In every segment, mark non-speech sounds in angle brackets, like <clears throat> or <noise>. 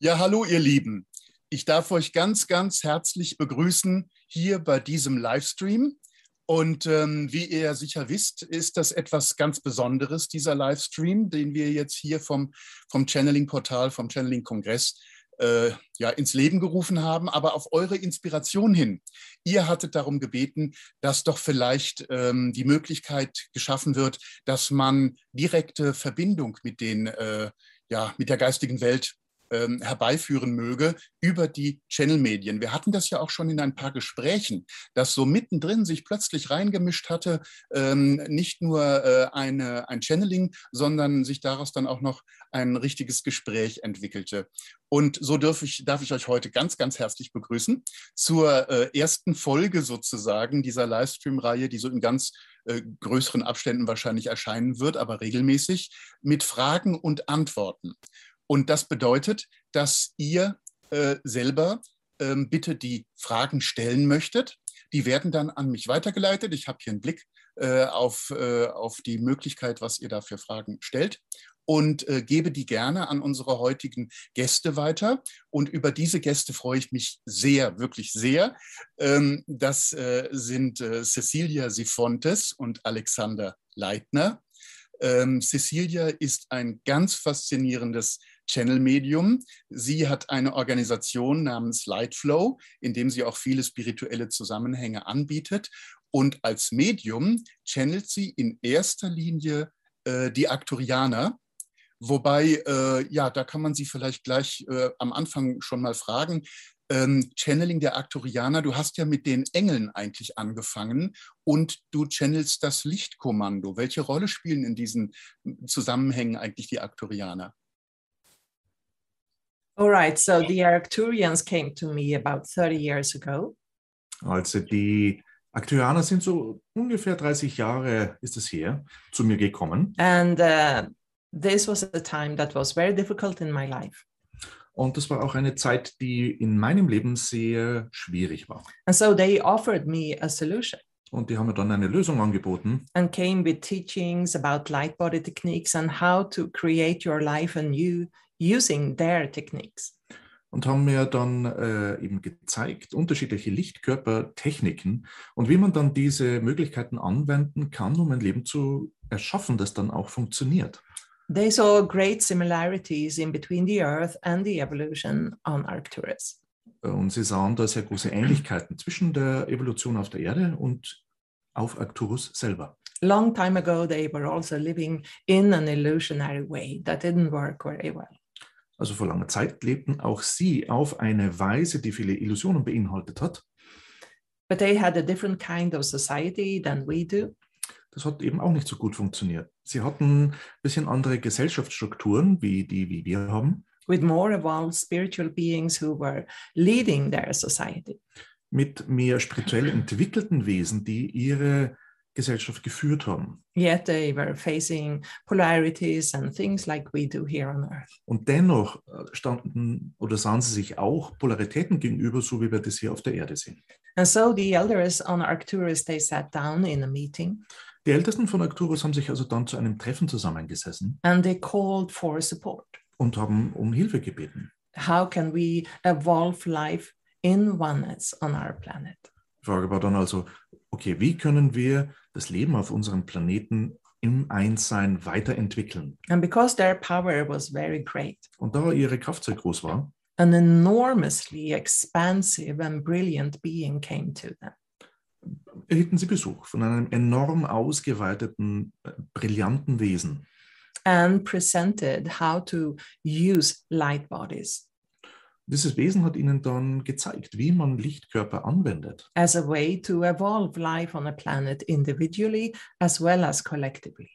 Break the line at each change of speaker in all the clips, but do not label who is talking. Ja, hallo ihr Lieben. Ich darf euch ganz, ganz herzlich begrüßen hier bei diesem Livestream. Und ähm, wie ihr sicher wisst, ist das etwas ganz Besonderes, dieser Livestream, den wir jetzt hier vom, vom Channeling-Portal, vom Channeling-Kongress äh, ja, ins Leben gerufen haben, aber auf eure Inspiration hin. Ihr hattet darum gebeten, dass doch vielleicht ähm, die Möglichkeit geschaffen wird, dass man direkte Verbindung mit den äh, ja, mit der geistigen Welt ähm, herbeiführen möge über die Channel-Medien. Wir hatten das ja auch schon in ein paar Gesprächen, dass so mittendrin sich plötzlich reingemischt hatte, ähm, nicht nur äh, eine, ein Channeling, sondern sich daraus dann auch noch ein richtiges Gespräch entwickelte. Und so darf ich, darf ich euch heute ganz, ganz herzlich begrüßen zur äh, ersten Folge sozusagen dieser Livestream-Reihe, die so in ganz äh, größeren Abständen wahrscheinlich erscheinen wird, aber regelmäßig mit Fragen und Antworten. Und das bedeutet, dass ihr äh, selber ähm, bitte die Fragen stellen möchtet. Die werden dann an mich weitergeleitet. Ich habe hier einen Blick äh, auf, äh, auf die Möglichkeit, was ihr da für Fragen stellt und äh, gebe die gerne an unsere heutigen Gäste weiter. Und über diese Gäste freue ich mich sehr, wirklich sehr. Ähm, das sind äh, Cecilia Sifontes und Alexander Leitner. Ähm, Cecilia ist ein ganz faszinierendes Channel-Medium. Sie hat eine Organisation namens Lightflow, in dem sie auch viele spirituelle Zusammenhänge anbietet. Und als Medium channelt sie in erster Linie äh, die Aktorianer. Wobei, äh, ja, da kann man sie vielleicht gleich äh, am Anfang schon mal fragen. Ähm, Channeling der Aktorianer, du hast ja mit den Engeln eigentlich angefangen und du channelst das Lichtkommando. Welche Rolle spielen in diesen Zusammenhängen eigentlich die Aktorianer?
All right, so the Arcturians came to me about 30 years ago.
Also die Aktorianer sind so ungefähr 30 Jahre ist es her zu mir gekommen.
And uh, this was a time that was very difficult in my life.
Und das war auch eine Zeit, die in meinem Leben sehr schwierig war.
And so they offered me a solution
Und die haben mir dann eine Lösung angeboten
and came with teachings about light body techniques and how to create your life anew using their techniques.
und haben mir dann äh, eben gezeigt, unterschiedliche Lichtkörpertechniken und wie man dann diese Möglichkeiten anwenden kann, um ein Leben zu erschaffen, das dann auch funktioniert.
They saw great similarities in between the Earth and the evolution on Arcturus.
Und sie sahen da sehr große Ähnlichkeiten zwischen der Evolution auf der Erde und auf Arcturus selber.
Long time ago, they were also living in an illusionary way that didn't work very well.
Also vor langer Zeit lebten auch sie auf eine Weise, die viele Illusionen beinhaltet hat.
But they had a different kind of society than we do.
Das hat eben auch nicht so gut funktioniert. Sie hatten ein bisschen andere Gesellschaftsstrukturen, wie die, wie wir haben,
with more evolved spiritual beings who were leading their society.
mit mehr spirituell entwickelten Wesen, die ihre Gesellschaft geführt haben.
Yet they were facing polarities and things like we do here on Earth.
Und dennoch äh, standen oder sahen sie sich auch Polaritäten gegenüber, so wie wir das hier auf der Erde sehen.
And so the elders on Arcturus they sat down in a meeting
Die Ältesten von Arcturus haben sich also dann zu einem Treffen zusammengesessen
and they called for support.
und haben um Hilfe gebeten.
How can we evolve life in oneness on our planet?
Die Frage war dann also, okay, wie können wir das Leben auf unserem Planeten im Einssein weiterentwickeln?
And because their power was very great,
Und da ihre Kraft sehr groß war,
an enormously expansive and brilliant being came to them.
erhielten sie Besuch von einem enorm ausgeweiteten, äh, brillanten Wesen.
and presented how to use light bodies
Dieses Wesen hat ihnen dann gezeigt, wie man Lichtkörper anwendet,
as a way to evolve life on a planet individually as well as collectively.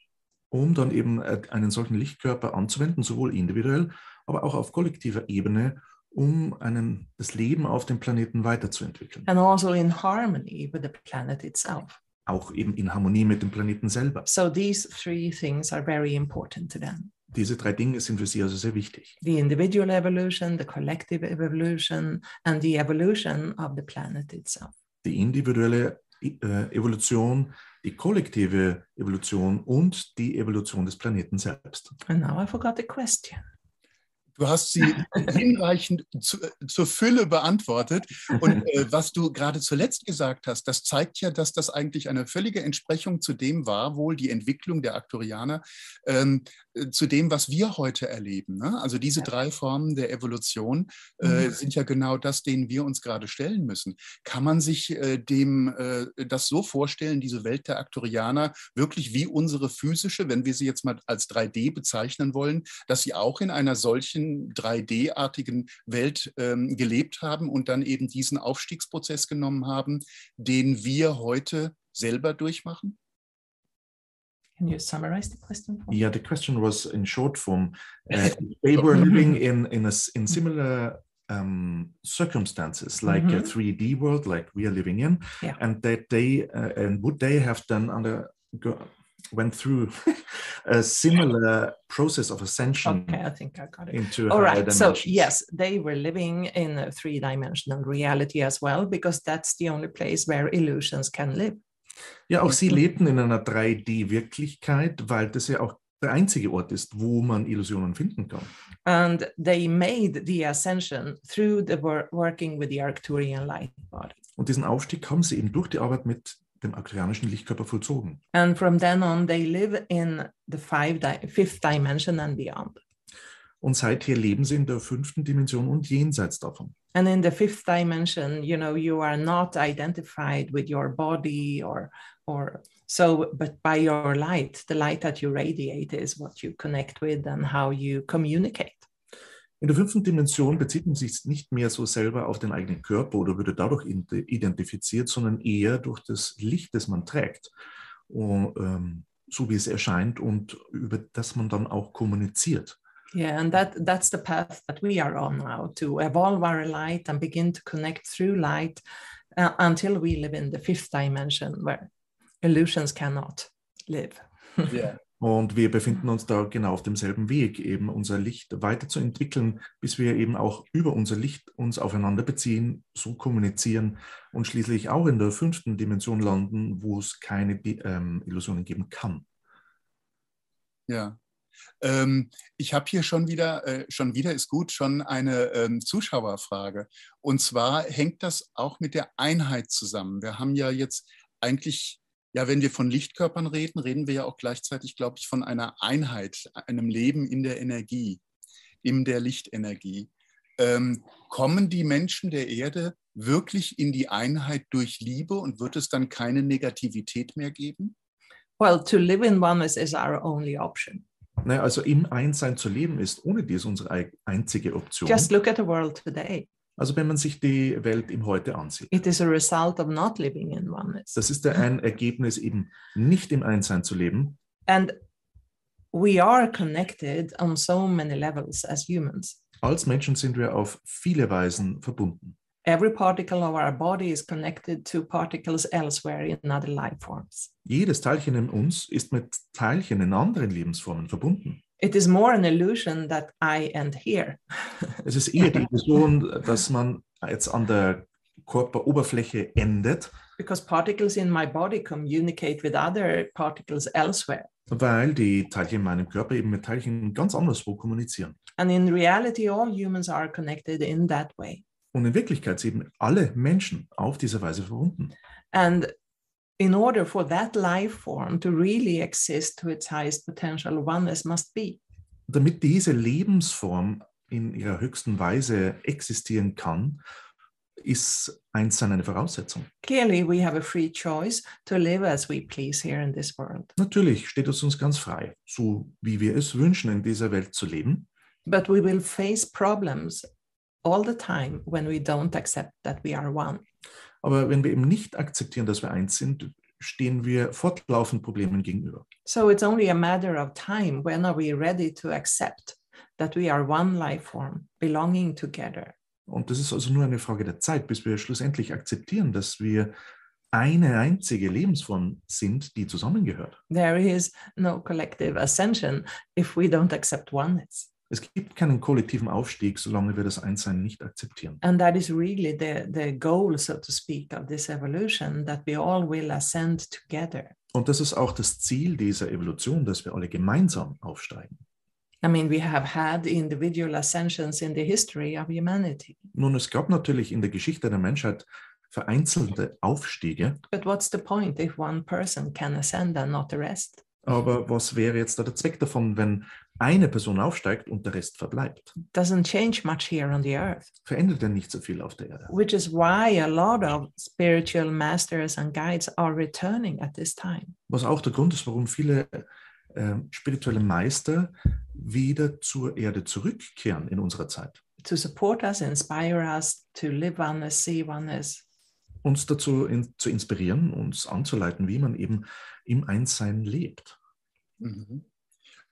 um dann eben äh, einen solchen Lichtkörper anzuwenden, sowohl individuell, aber auch auf kollektiver Ebene, um einen, das Leben auf dem Planeten weiterzuentwickeln.
And also in harmony with the planet itself.
Auch eben in Harmonie mit dem Planeten selber.
So these three things are very important to them
Diese drei Dinge sind für sie also sehr wichtig.
the individual evolution, the collective evolution, and the evolution of the planet itself.
Die individuelle äh, Evolution, die kollektive Evolution und die Evolution des Planeten selbst.
And now I forgot the question.
Du hast sie hinreichend zu, äh, zur Fülle beantwortet.
<laughs>
<laughs>
Und äh, was du gerade zuletzt gesagt hast, das zeigt ja, dass das eigentlich eine völlige Entsprechung zu dem war, wohl die Entwicklung der Aktorianer, ähm, zu dem, was wir heute erleben. Ne? Also diese ja. drei Formen der Evolution äh, mhm. sind ja genau das, denen wir uns gerade stellen müssen. Kann man sich äh, dem das so vorstellen, diese Welt der Aktorianer, wirklich wie unsere physische, wenn wir sie jetzt mal als 3D bezeichnen wollen, dass sie auch in einer solchen 3D-artigen Welt ähm, gelebt haben und dann eben diesen Aufstiegsprozess genommen haben, den wir heute selber durchmachen?
Can you summarize the question?
For me? Yeah, the question was in short form. Uh, they were living in in a, in similar um, circumstances, like
Mhm.
mm -hmm. a 3D world, like we are living in,
Yeah.
and that they uh, and would they have done under go, went through <laughs> a similar process of ascension
Okay, I think I got it.
into
All
higher
right. So,
dimensions.
yes, they were living in a three dimensional reality as well, because that's the only place where illusions can live.
Ja, auch sie lebten in einer 3D-Wirklichkeit, weil das ja auch der einzige Ort ist, wo man Illusionen finden kann.
And they made the ascension through the wor- working with the Arcturian light body.
Und diesen Aufstieg haben sie eben durch die Arbeit mit dem aktorianischen Lichtkörper vollzogen.
And from then on, they live in the five di- fifth dimension and beyond.
Und seither leben sie in der fünften Dimension und jenseits davon.
And in the fifth dimension, you know, you are not identified with your body or or so, but by your light, the light that you radiate is what you connect with and how you communicate.
In der fünften Dimension bezieht man sich nicht mehr so selber auf den eigenen Körper oder würde dadurch ident- identifiziert, sondern eher durch das Licht, das man trägt, Oh, ähm, so wie es erscheint und über das man dann auch kommuniziert.
Yeah, and that that's the path that we are on now to evolve our light and begin to connect through light uh, until we live in the fifth dimension where illusions cannot live.
Ja.
Und wir befinden uns da genau auf demselben Weg, eben unser Licht weiterzuentwickeln, bis wir eben auch über unser Licht uns aufeinander beziehen, so kommunizieren und schließlich auch in der fünften Dimension landen, wo es keine Bi- ähm, Illusionen geben kann.
Ja. Ähm, ich habe hier schon wieder, äh, schon wieder ist gut, schon eine ähm, Zuschauerfrage. Und zwar hängt das auch mit der Einheit zusammen. Wir haben ja jetzt eigentlich, ja, wenn wir von Lichtkörpern reden, reden wir ja auch gleichzeitig, glaube ich, von einer Einheit, einem Leben in der Energie, in der Lichtenergie. Ähm, kommen die Menschen der Erde wirklich in die Einheit durch Liebe und wird es dann keine Negativität mehr geben?
Well, to live in oneness is our only option.
Naja, also im Einssein zu leben ist ohne dies unsere ei- einzige Option.
Just look at the world today.
Also wenn man sich die Welt im Heute ansieht.
It is a result of not living in oneness.
Das ist ja ein Ergebnis, eben nicht im Einssein zu leben.
And we are connected on so many levels as humans.
Als Menschen sind wir auf viele Weisen verbunden.
Every particle of our body is connected to particles elsewhere in other life forms.
Jedes Teilchen in uns ist mit Teilchen in anderen Lebensformen verbunden.
It is more an illusion that I end here.
Es ist eher die Illusion, dass man jetzt an der Körperoberfläche endet,
Because particles in my body communicate with other particles elsewhere.
weil die Teilchen in meinem Körper eben mit Teilchen ganz anderswo kommunizieren.
And in reality, all humans are connected in that way.
Und in Wirklichkeit sind eben alle Menschen auf diese Weise verbunden.
And in order for that life form to really exist to its highest potential, oneness must be.
damit diese Lebensform in ihrer höchsten Weise existieren kann, ist Einssein eine Voraussetzung.
Clearly, we have a free choice to live as we please here in this world.
Natürlich steht es uns ganz frei, so wie wir es wünschen, in dieser Welt zu leben.
But we will face problems all the time when we don't accept that we are one.
Aber wenn wir eben nicht akzeptieren, dass wir eins sind, stehen wir fortlaufend Problemen gegenüber.
So it's only a matter of time when are we ready to accept that we are one life form belonging together.
Und das ist also nur eine Frage der Zeit, bis wir schlussendlich akzeptieren, dass wir eine einzige Lebensform sind, die zusammengehört.
There is no collective ascension if we don't accept oneness.
Es gibt keinen kollektiven Aufstieg, solange wir das Einssein nicht akzeptieren.
and that is really the the goal so to speak of this evolution that we all will ascend together
Und das ist auch das Ziel dieser Evolution, dass wir alle gemeinsam aufsteigen.
I mean, we have had individual ascensions in the history of humanity,
Nun, es gab natürlich in der Geschichte der Menschheit vereinzelte Aufstiege,
but what's the point if one person can ascend and not the rest?
aber was wäre jetzt da der Zweck davon, wenn eine Person aufsteigt und der Rest verbleibt?
Doesn't change much here on the earth,
Verändert ja nicht so viel auf der Erde.
which is why a lot of spiritual masters and guides are returning at this time.
Was auch der Grund ist, warum viele äh, spirituelle Meister wieder zur Erde zurückkehren in unserer Zeit.
to support us, inspire us to live oneness, see oneness,
Uns dazu in, zu inspirieren, uns anzuleiten, wie man eben im Einssein lebt.
Mhm.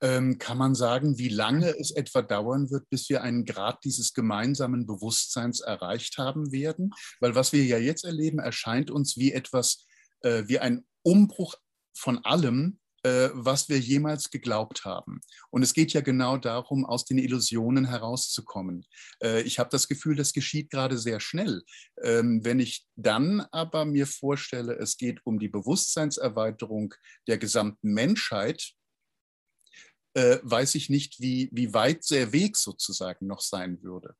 Ähm, kann man sagen, wie lange es etwa dauern wird, bis wir einen Grad dieses gemeinsamen Bewusstseins erreicht haben werden? Weil was wir ja jetzt erleben, erscheint uns wie etwas, äh, wie ein Umbruch von allem, äh, was wir jemals geglaubt haben. Und es geht ja genau darum, aus den Illusionen herauszukommen. Äh, ich habe das Gefühl, das geschieht gerade sehr schnell. Ähm, wenn ich dann aber mir vorstelle, es geht um die Bewusstseinserweiterung der gesamten Menschheit, äh, weiß ich nicht, wie, wie weit der Weg sozusagen noch sein würde.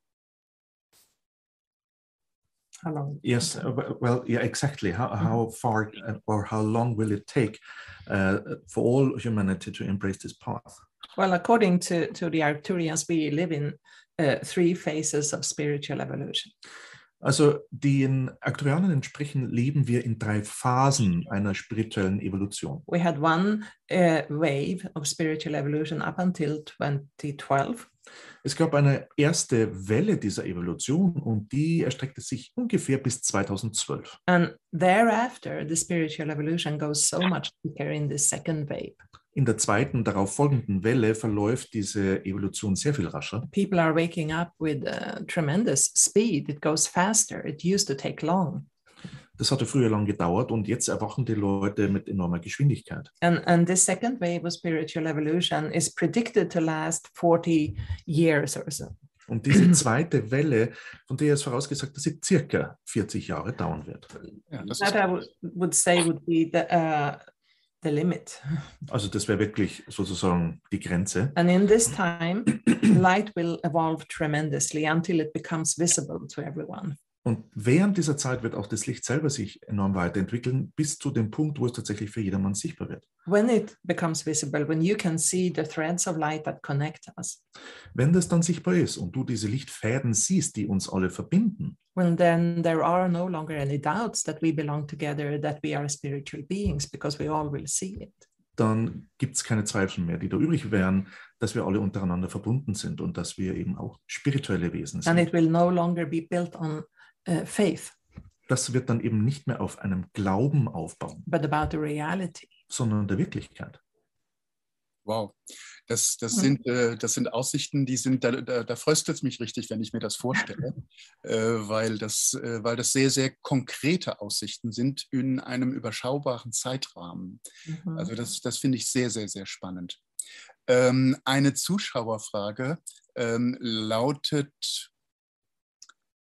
how long?
Yes, uh, w- well, yeah, exactly. How, how far uh, or how long will it take uh, for all humanity to embrace this path?
Well, according to, to the Arcturians, we live in uh, three phases of spiritual evolution.
Also den Aktuarianen entsprechend leben wir in drei Phasen einer spirituellen Evolution.
We had one uh, wave of spiritual evolution up until 2012,
Es gab eine erste Welle dieser Evolution und die erstreckte sich ungefähr bis 2012.
and thereafter, the spiritual evolution goes so much quicker in the second wave.
In der zweiten darauf folgenden Welle verläuft diese Evolution sehr viel rascher.
People are waking up with uh, tremendous speed. It goes faster. It used to take long.
Das hatte früher lang gedauert und jetzt erwachen die Leute mit enormer Geschwindigkeit.
And, and this second wave of spiritual evolution is predicted to last 40 years or so.
Und diese zweite Welle, von der ist vorausgesagt, dass sie circa 40 Jahre dauern wird.
Ja, das
That I would- would say would be the, uh, the limit.
Also das wäre wirklich sozusagen die Grenze.
And in this <clears throat> time, light will evolve tremendously until it becomes visible to everyone.
Und während dieser Zeit wird auch das Licht selber sich enorm weiterentwickeln, bis zu dem Punkt, wo es tatsächlich für jedermann sichtbar wird.
When it becomes visible, when you can see the threads of light that connect us,
Wenn das dann sichtbar ist und du diese Lichtfäden siehst, die uns alle verbinden,
when then there are no longer any doubts that we belong together, that we are spiritual beings, because we all will see it.
dann gibt es keine Zweifel mehr, die da übrig wären, dass wir alle untereinander verbunden sind und dass wir eben auch spirituelle Wesen
and
sind.
it will no longer be built on uh, faith,
Das wird dann eben nicht mehr auf einem Glauben aufbauen,
but about the reality.
sondern der Wirklichkeit.
Wow, das, das,
Mhm.
sind, äh, das sind Aussichten, die sind, da, da, da fröstelt es mich richtig, wenn ich mir das vorstelle, äh, weil, das, äh, weil das sehr, sehr konkrete Aussichten sind in einem überschaubaren Zeitrahmen.
Mhm.
Also das, das finde ich sehr, sehr, sehr spannend. Ähm, eine Zuschauerfrage ähm, lautet,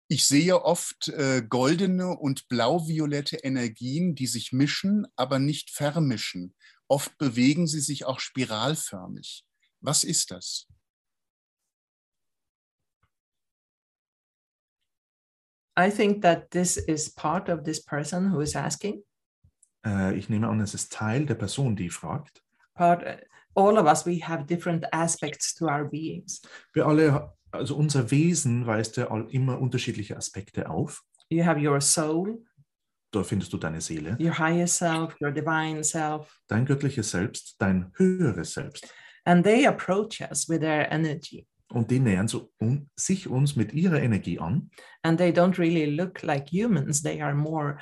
ich sehe oft äh, goldene und blauviolette Energien, die sich mischen, aber nicht vermischen. Oft bewegen sie sich auch spiralförmig. Was ist das?
I think that this is part of this person who is asking.
Äh, ich nehme an, es ist Teil der Person, die fragt.
Part, uh, all of us, we have different aspects to our beings.
Wir alle, also unser Wesen weist ja all- immer unterschiedliche Aspekte auf.
You have your soul,
Da findest du deine Seele,
your higher self, your divine self,
dein göttliches Selbst, dein höheres Selbst.
and they approach us with their energy.
Und die nähern so un sich uns mit ihrer Energie an.
And they don't really look like humans, they are more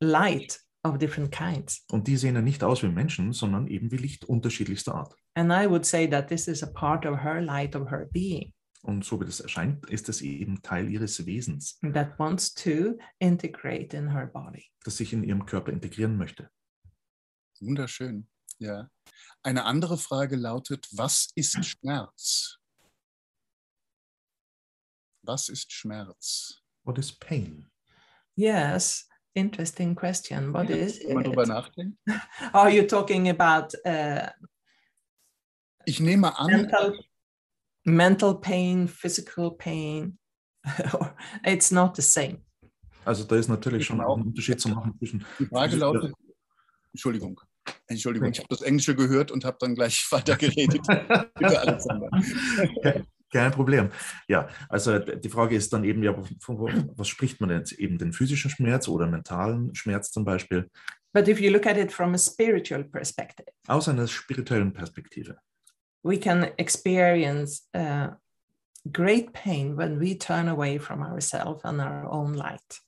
light of different kinds.
Und die sehen ja nicht aus wie Menschen, sondern eben wie Licht unterschiedlichster Art.
And I would say that this is a part of her light, of her being.
Und so wie das erscheint, ist es eben Teil ihres Wesens,
that wants to integrate in her body.
das sich in ihrem Körper integrieren möchte.
Wunderschön. Ja. Eine andere Frage lautet, was ist Schmerz? Was ist Schmerz?
What is pain?
Yes, interesting question. What is
Wenn man drüber
it?
nachdenkt.
Are you talking about uh,
Ich nehme an,
mental mental pain, physical pain, <laughs> it's not the same.
Also da ist natürlich schon auch ein Unterschied zu machen zwischen. <laughs>
Die Frage lautet, Entschuldigung, Entschuldigung, ich habe das Englische gehört und habe dann gleich <laughs> weiter geredet. Bitte, Alexander.
Kein Problem. Ja, also die Frage ist dann eben, ja, was spricht man jetzt? Eben den physischen Schmerz oder mentalen Schmerz zum Beispiel?
But if you look at it from a spiritual perspective,
Aus einer spirituellen Perspektive.
we can experience uh, great pain when we turn away from ourselves and our own light.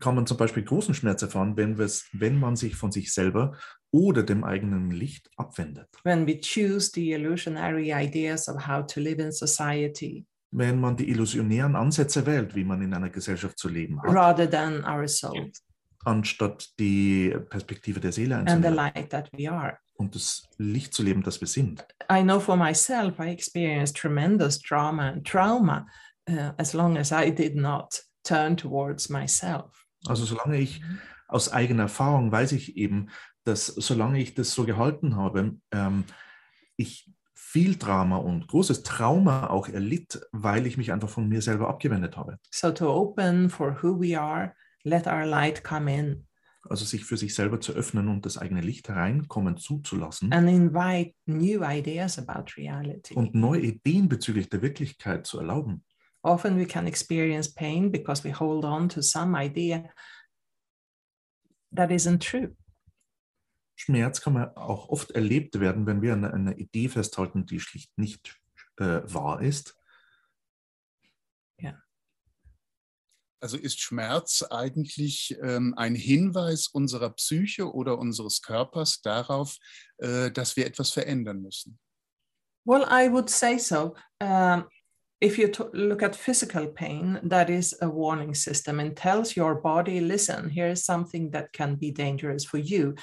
Kann man zum Beispiel großen Schmerz erfahren, wenn, wir's- wenn man sich von sich selber oder dem eigenen Licht abwendet?
When we choose the illusionary ideas of how to live in society
Wenn man die illusionären Ansätze wählt, wie man in einer Gesellschaft zu leben hat,
rather than our soul
anstatt die Perspektive der Seele
and the
einzunehmen
light that we are.
und das Licht zu leben, das wir sind.
I know for myself, I experienced tremendous trauma and trauma uh, as long as I did not turn towards myself.
Also solange ich
Mhm.
aus eigener Erfahrung weiß ich eben, dass solange ich das so gehalten habe, ähm, ich viel Drama und großes Trauma auch erlitt, weil ich mich einfach von mir selber abgewendet habe.
So to open for who we are, let our light come in
Also sich für sich selber zu öffnen und das eigene Licht hereinkommen zuzulassen
and invite new ideas about reality.
und neue Ideen bezüglich der Wirklichkeit zu erlauben.
Often we can experience pain because we hold on to some idea that isn't true.
Schmerz kann man auch oft erlebt werden, wenn wir an einer Idee festhalten, die schlicht nicht äh, wahr ist.
Also ist Schmerz eigentlich ähm, ein Hinweis unserer Psyche oder unseres Körpers darauf, äh, dass wir etwas verändern müssen?
Well, I would say so. Um, if you to- look at physical pain, that is a warning system and tells your body, listen, here is something that can be dangerous for you.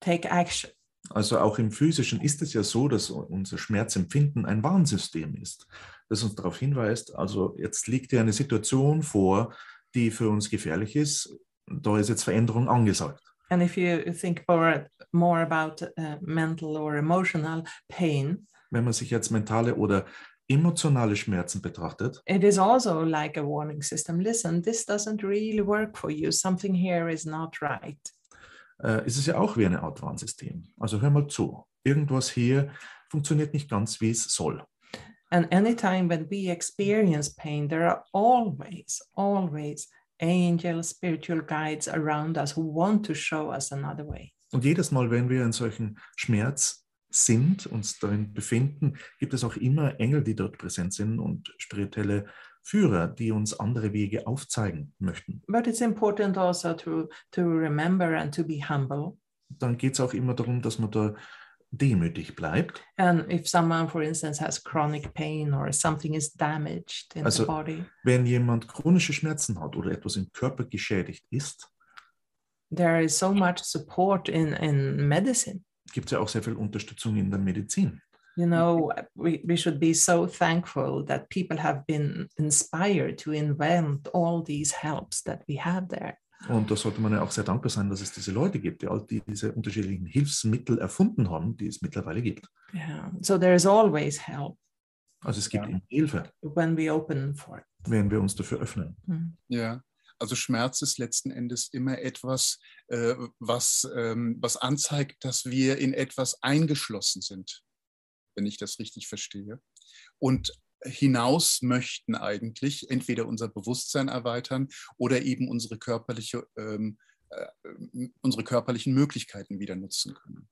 Take action.
Also auch im physischen ist es ja so, dass unser Schmerzempfinden ein Warnsystem ist, das uns darauf hinweist, also jetzt liegt dir eine Situation vor, die für uns gefährlich ist, da ist jetzt Veränderung angesagt.
And if you think more, more about uh, mental or emotional pain,
Wenn man sich jetzt mentale oder emotionale Schmerzen betrachtet,
it is also like a warning system. Listen, this doesn't really work for you. Something here is not right.
äh, ist es ja auch wie eine Art Warnsystem. Also hör mal zu, irgendwas hier funktioniert nicht ganz, wie es soll.
And anytime when we experience pain, there are always, always angels, spiritual guides around us who want to show us another way.
Und jedes Mal, wenn wir in solchen Schmerz sind, uns darin befinden, gibt es auch immer Engel, die dort präsent sind und spirituelle Führer, die uns andere Wege aufzeigen möchten.
But it's important also to, to remember and to be humble.
Dann geht es auch immer darum, dass man da demütig bleibt.
And if someone, for instance, has chronic pain or something is damaged in
Also-
the body,
Wenn jemand chronische Schmerzen hat oder etwas im Körper geschädigt ist,
there is so much support in, in medicine.
gibt es ja auch sehr viel Unterstützung in der Medizin.
You know, we, we should be so thankful that people have been inspired to invent all these helps that we have there.
Und da sollte man ja auch sehr dankbar sein, dass es diese Leute gibt, die all diese unterschiedlichen Hilfsmittel erfunden haben, die es mittlerweile gibt.
Yeah. So there's always help
Also es gibt
Ja.
immer Hilfe,
when we open for it.
wenn wir uns dafür öffnen.
Ja. Also Schmerz ist letzten Endes immer etwas, äh, was, ähm, was anzeigt, dass wir in etwas eingeschlossen sind, wenn ich das richtig verstehe. Und hinaus möchten eigentlich entweder unser Bewusstsein erweitern oder eben unsere, körperliche, ähm, äh, unsere körperlichen Möglichkeiten wieder nutzen können.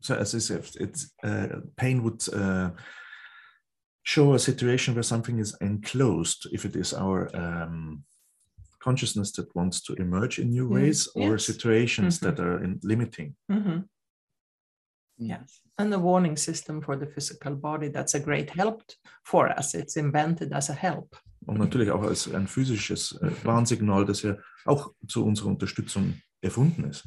So as is if it's uh, pain would uh, show a situation where something is enclosed, if it is our um, consciousness that wants to emerge in new
Mm,
ways, or
yes.
situations
Mhm.
that are in limiting.
Mhm.
Mhm.
Yes. And the warning system for the physical body, that's a great help t- for us. It's invented as a help.
Und natürlich auch als ein physisches äh,
Mm-hmm.
Warnsignal, das ja auch zu unserer Unterstützung erfunden ist.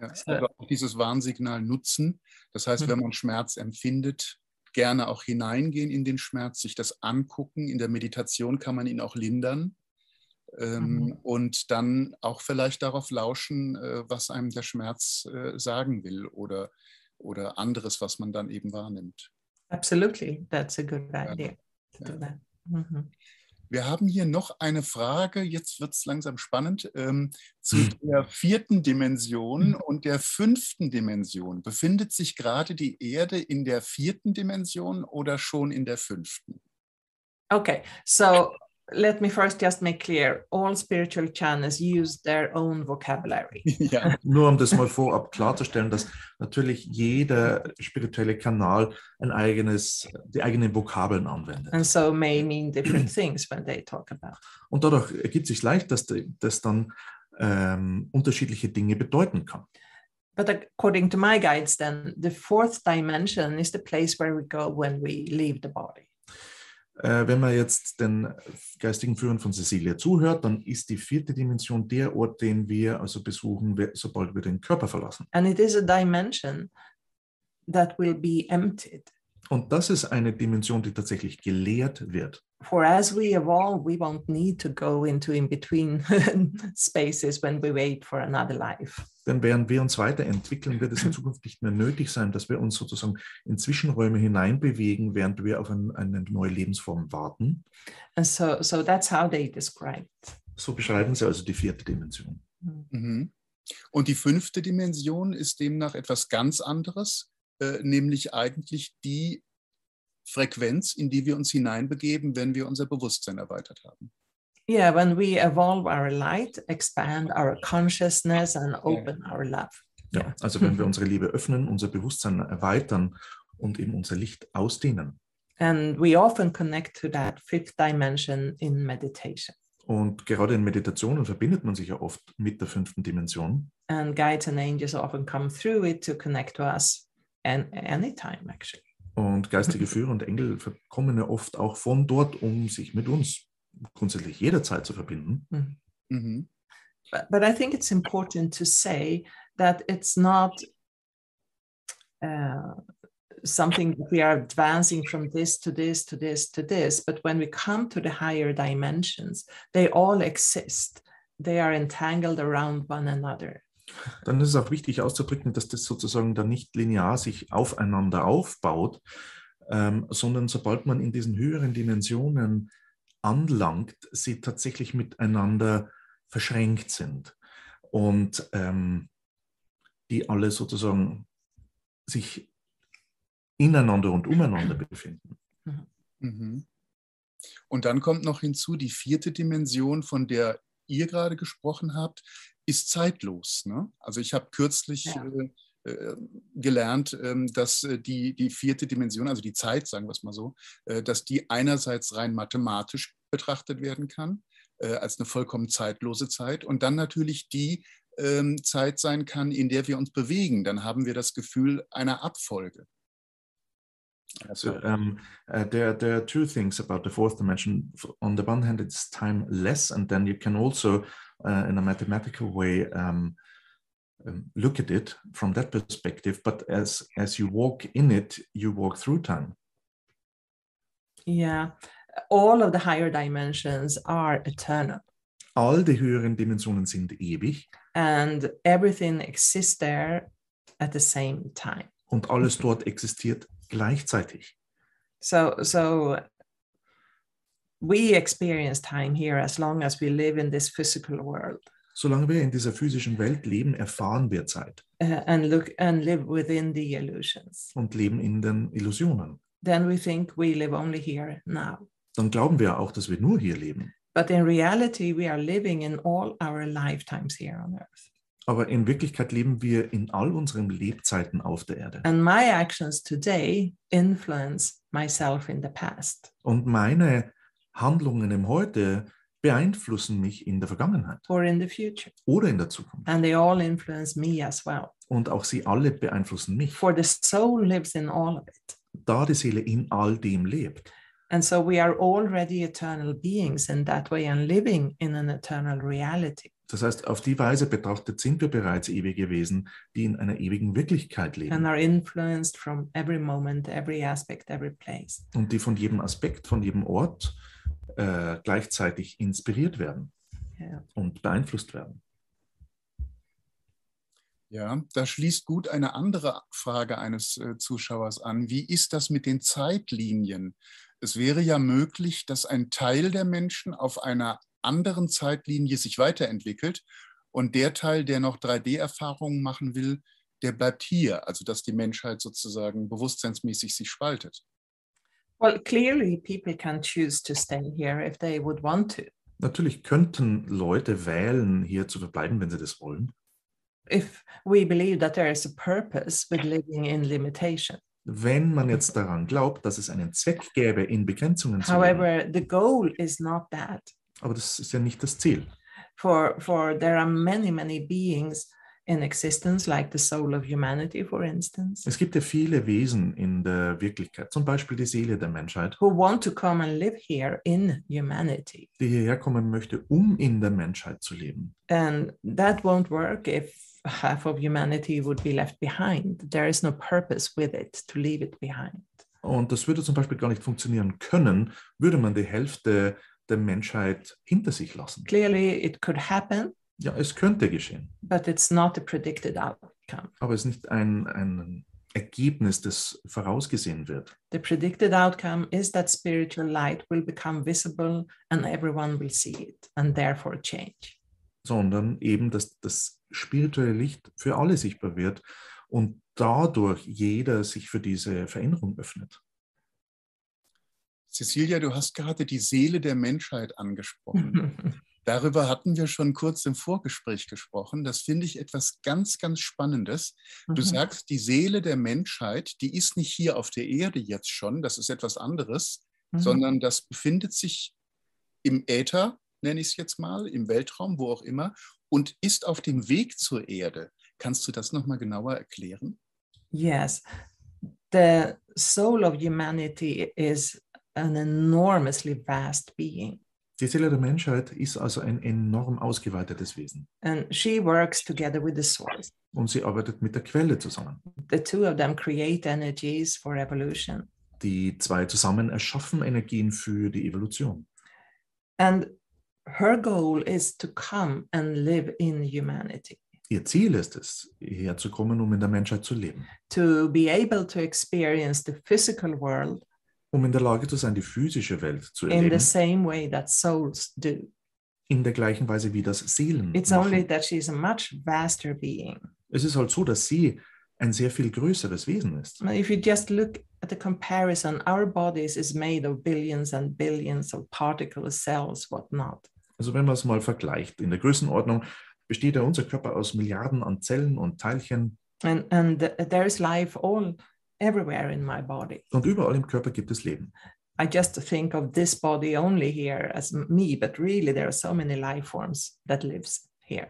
Ja,
So-
aber auch dieses Warnsignal nutzen. Das heißt,
äh, Mhm.
wenn man Schmerz empfindet, gerne auch hineingehen in den Schmerz, sich das angucken. In der Meditation kann man ihn auch lindern. Ähm,
Mhm.
Und dann auch vielleicht darauf lauschen, äh, was einem der Schmerz äh, sagen will oder, oder anderes, was man dann eben wahrnimmt.
Absolutely. That's a good idea to do
Yeah.
that. Mhm.
Wir haben hier noch eine Frage, jetzt wird es langsam spannend, ähm, zu der vierten Dimension und der fünften Dimension. Befindet sich gerade die Erde in der vierten Dimension oder schon in der fünften?
Okay, so let me first just make clear all spiritual channels use their
<laughs>
own vocabulary.
ja,
Nur um das mal vorab klarzustellen, dass natürlich jeder spirituelle Kanal ein eigenes, die eigenen Vokabeln anwendet.
And so may mean different things when they talk about.
Und dadurch ergibt sich leicht, dass die- das dann ähm, unterschiedliche Dinge bedeuten kann.
But according to my guides, then the fourth dimension is the place where we go when we leave the body.
Äh, wenn man jetzt den geistigen Führern von Cecilia zuhört, dann ist die vierte Dimension der Ort, den wir also besuchen, we- sobald wir den Körper verlassen.
And it is a dimension that will be emptied.
Und das ist eine Dimension, die tatsächlich gelehrt wird.
For as we evolve, we won't need to go into in between <laughs> spaces when we wait for another life.
Denn während wir uns weiterentwickeln, wird es in Zukunft nicht mehr nötig sein, dass wir uns sozusagen in Zwischenräume hineinbewegen, während wir auf ein, eine neue Lebensform warten.
And so, so that's how they describe it.
So beschreiben sie also die vierte Dimension.
mhm. Und die fünfte Dimension ist demnach etwas ganz anderes, äh, nämlich eigentlich die Frequenz, in die wir uns hineinbegeben, wenn wir unser Bewusstsein erweitert haben.
Yeah, when we evolve our light, expand our consciousness, and open our love.
Ja,
Ja.
also wenn wir unsere Liebe öffnen, unser Bewusstsein erweitern und eben unser Licht ausdehnen.
And we often connect to that fifth dimension in meditation.
Und gerade in Meditationen verbindet man sich ja oft mit der fünften Dimension.
And guides and angels often come through it to connect to us and anytime, actually.
Und geistige Führer und Engel ver- kommen ja oft auch von dort, um sich mit uns grundsätzlich jederzeit zu verbinden.
Mhm.
But, but I think it's important to say that it's not uh, something that we are advancing from this to this to this to this. But when we come to the higher dimensions, they all exist. They are entangled around one another.
Dann ist es auch wichtig auszudrücken, dass das sozusagen dann nicht linear sich aufeinander aufbaut, ähm, sondern sobald man in diesen höheren Dimensionen anlangt, sie tatsächlich miteinander verschränkt sind und ähm, die alle sozusagen sich ineinander und umeinander befinden.
Mhm. Und dann kommt noch hinzu, die vierte Dimension, von der ihr gerade gesprochen habt, ist zeitlos. Ne? Also ich habe kürzlich
Ja.
äh, äh, gelernt, ähm, dass äh, die, die vierte Dimension, also die Zeit, sagen wir es mal so, äh, dass die einerseits rein mathematisch betrachtet werden kann, äh, als eine vollkommen zeitlose Zeit, und dann natürlich die ähm, Zeit sein kann, in der wir uns bewegen. Dann haben wir das Gefühl einer Abfolge.
So, um, uh, there, there are two things about the fourth dimension. F- On the one hand, it's time less, and then you can also, uh, in a mathematical way, um, um, look at it from that perspective. But as as you walk in it, you walk through time.
Yeah. All of the higher dimensions are eternal,
All die höheren Dimensionen sind ewig
and everything exists there at the same time.
und alles dort existiert gleichzeitig.
So, so we experience time here as long as we live in this physical world
Solange wir in dieser physischen Welt leben, erfahren wir Zeit
uh, and look and live within the illusions.
und leben in den Illusionen.
Then we think we live only here now.
Dann glauben wir auch, dass wir nur hier leben.
But in reality, we are living in all our lifetimes here on earth.
Aber in Wirklichkeit leben wir in all unseren Lebzeiten auf der Erde.
And my actions today influence myself in the past,
Und meine Handlungen im Heute beeinflussen mich in der Vergangenheit
or in the future.
oder in der Zukunft.
And they all influence me as well.
Und auch sie alle beeinflussen mich,
For the soul lives in all of it.
da die Seele in all dem lebt.
And so we are already eternal beings in that way and living in an eternal reality.
Das heißt, auf die Weise betrachtet sind wir bereits ewige Wesen, die in einer ewigen
and
Wirklichkeit leben
are influenced from every moment, every aspect, every place.
und die von jedem Aspekt, von jedem Ort äh, gleichzeitig inspiriert werden
Ja.
und beeinflusst werden.
Ja, da schließt gut eine andere Frage eines äh, Zuschauers an. Wie ist das mit den Zeitlinien? Es wäre ja möglich, dass ein Teil der Menschen auf einer anderen Zeitlinie sich weiterentwickelt und der Teil, der noch 3D-Erfahrungen machen will, der bleibt hier, also dass die Menschheit sozusagen bewusstseinsmäßig sich spaltet.
Well, clearly people can choose to stay here if they would want to.
Natürlich könnten Leute wählen, hier zu verbleiben, wenn sie das wollen,
If we believe that there is a purpose with living in limitation.
wenn man jetzt daran glaubt, dass es einen Zweck gäbe, in Begrenzungen zu leben.
However, the goal is not that.
Aber das ist ja nicht das Ziel.
For for there are many many beings in existence, like the soul of humanity, for instance,
Es gibt ja viele Wesen in der Wirklichkeit, zum Beispiel die Seele der Menschheit,
who want to come and live here in humanity.
die hierher kommen möchte, um in der Menschheit zu leben.
And that won't work if half of humanity would be left behind. There is no purpose with it to leave it behind.
Und das würde zum Beispiel gar nicht funktionieren können, würde man die Hälfte der Menschheit hinter sich lassen.
Clearly, it could happen,
Ja, es könnte geschehen,
but it's not a predicted outcome.
aber es ist nicht ein, ein Ergebnis, das vorausgesehen wird.
The predicted outcome is that spiritual light will become visible and everyone will see it and therefore change.
sondern eben, dass das spirituelle Licht für alle sichtbar wird und dadurch jeder sich für diese Veränderung öffnet.
Cecilia, du hast gerade die Seele der Menschheit
Hm.
angesprochen. Darüber hatten wir schon kurz im Vorgespräch gesprochen. Das finde ich etwas ganz, ganz Spannendes. Du
Mhm.
sagst, die Seele der Menschheit, die ist nicht hier auf der Erde jetzt schon, das ist etwas anderes,
Mhm.
sondern das befindet sich im Äther, nenne ich es jetzt mal, im Weltraum, wo auch immer, und ist auf dem Weg zur Erde. Kannst du das nochmal genauer erklären?
<laughs> Yes. The soul of humanity is an enormously vast being,
Die Seele der Menschheit ist also ein enorm ausgeweitetes Wesen
and she works together with the source.
und sie arbeitet mit der Quelle zusammen.
The two of them create energies for evolution.
Die zwei zusammen erschaffen Energien für die Evolution.
And her goal is to come and live in humanity,
Ihr Ziel ist es, hierher zu kommen, um in der Menschheit zu leben,
to be able to experience the physical world
um in der Lage zu sein, die physische Welt zu
in the
erleben,
same way that souls do.
in der gleichen Weise wie das Seelen.
It's
machen.
only that she's a much vaster being.
Es ist halt so, dass sie ein sehr viel größeres Wesen ist.
If you just look at the comparison, our bodies is made of billions and billions of particles, cells, whatnot.
Also wenn man es mal vergleicht, in der Größenordnung besteht ja unser Körper aus Milliarden an Zellen und Teilchen
And and there is life all everywhere in my body.
und überall im Körper gibt es Leben.
I just think of this body only here as me, but really there are so many life forms that lives here.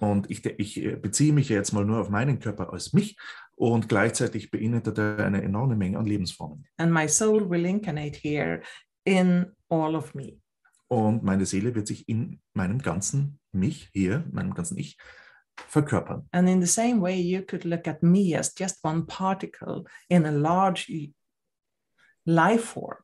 Und ich, de- ich äh, beziehe mich ja jetzt mal nur auf meinen Körper als mich und gleichzeitig beinhaltet er eine enorme Menge an Lebensformen.
And my soul will incarnate here in all of me.
Und meine Seele wird sich in meinem ganzen Mich hier, meinem ganzen Ich, verkörpern.
And in the same way, you could look at me as just one particle in a large y- life form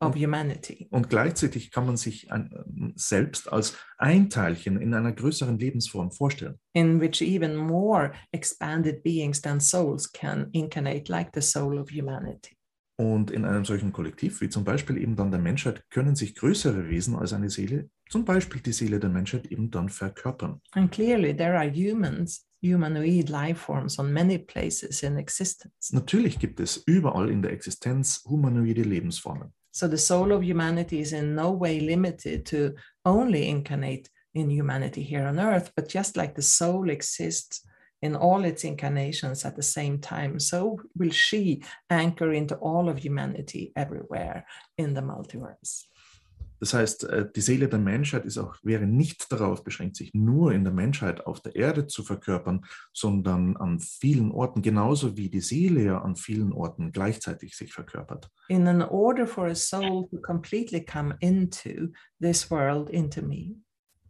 of humanity.
Und gleichzeitig kann man sich ein, ähm, selbst als ein Teilchen in einer größeren Lebensform vorstellen.
In which even more expanded beings than souls can incarnate, like the soul of humanity.
Und in einem solchen Kollektiv, wie zum Beispiel eben dann der Menschheit, können sich größere Wesen als eine Seele, zum Beispiel die Seele der Menschheit, eben dann verkörpern.
And clearly, there are humans, humanoid life forms on many places in existence.
Natürlich gibt es überall in der Existenz humanoide Lebensformen.
So the soul of humanity is in no way limited to only incarnate in humanity here on earth, but just like the soul exists in all its incarnations at the same time, so will she anchor into all of humanity everywhere in the multiverse.
Das heißt, äh, die Seele der Menschheit ist auch, wäre nicht darauf beschränkt, sich nur in der Menschheit auf der Erde zu verkörpern, sondern an vielen Orten, genauso wie die Seele ja an vielen Orten gleichzeitig sich verkörpert.
In an order for a soul to completely come into this world, into me,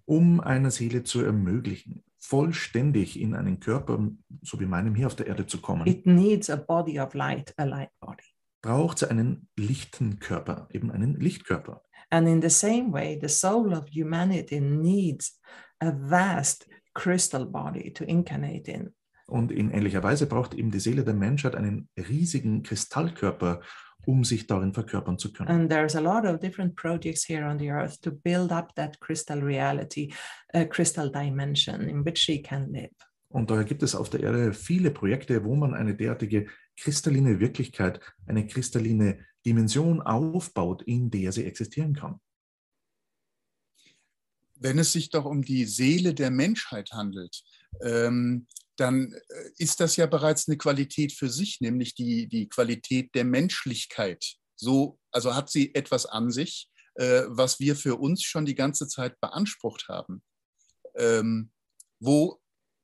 um einer Seele zu ermöglichen, vollständig in einen Körper, so wie meinem hier auf der Erde zu kommen,
it needs a body of light, a light body.
braucht sie einen lichten Körper, eben einen Lichtkörper.
And in the same way, the soul of humanity needs a vast crystal body to incarnate in.
Und in ähnlicher Weise braucht eben die Seele der Menschheit einen riesigen Kristallkörper, um sich darin verkörpern zu können.
And there's a lot of different projects here on the earth to build up that crystal reality, uh, crystal dimension in which she can live.
Und daher gibt es auf der Erde viele Projekte, wo man eine derartige kristalline Wirklichkeit, eine kristalline Dimension aufbaut, in der sie existieren kann.
Wenn es sich doch um die Seele der Menschheit handelt, ähm, dann äh, ist das ja bereits eine Qualität für sich, nämlich die, die Qualität der Menschlichkeit. So, also hat sie etwas an sich, äh, was wir für uns schon die ganze Zeit beansprucht haben. Ähm, wo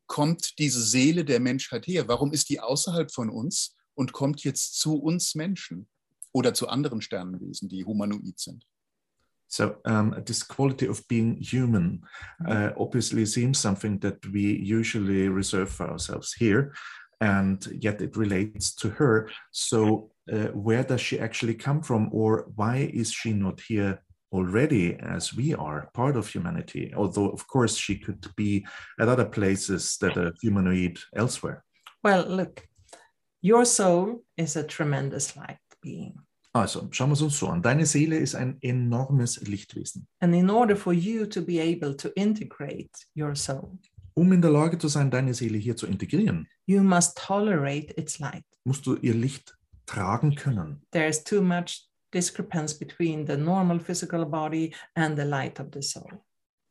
kommt diese Seele der Menschheit her? Warum ist die außerhalb von uns und kommt jetzt zu uns Menschen oder zu anderen Sternenwesen, die humanoid sind?
So um, this quality of being human uh, obviously seems something that we usually reserve for ourselves here, and yet it relates to her. So uh, where does she actually come from, or why is she not here already as we are part of humanity? Although of course she could be at other places that are humanoid elsewhere.
Well, look, your soul is a tremendous light being.
Also, schauen wir es uns so an. Deine Seele ist ein enormes Lichtwesen.
And in order for you to be able to integrate your soul,
Um in der Lage zu sein, deine Seele hier zu integrieren,
you must tolerate its light.
musst du ihr Licht tragen können.
There's too much discrepance between the normal physical body and the light of the soul.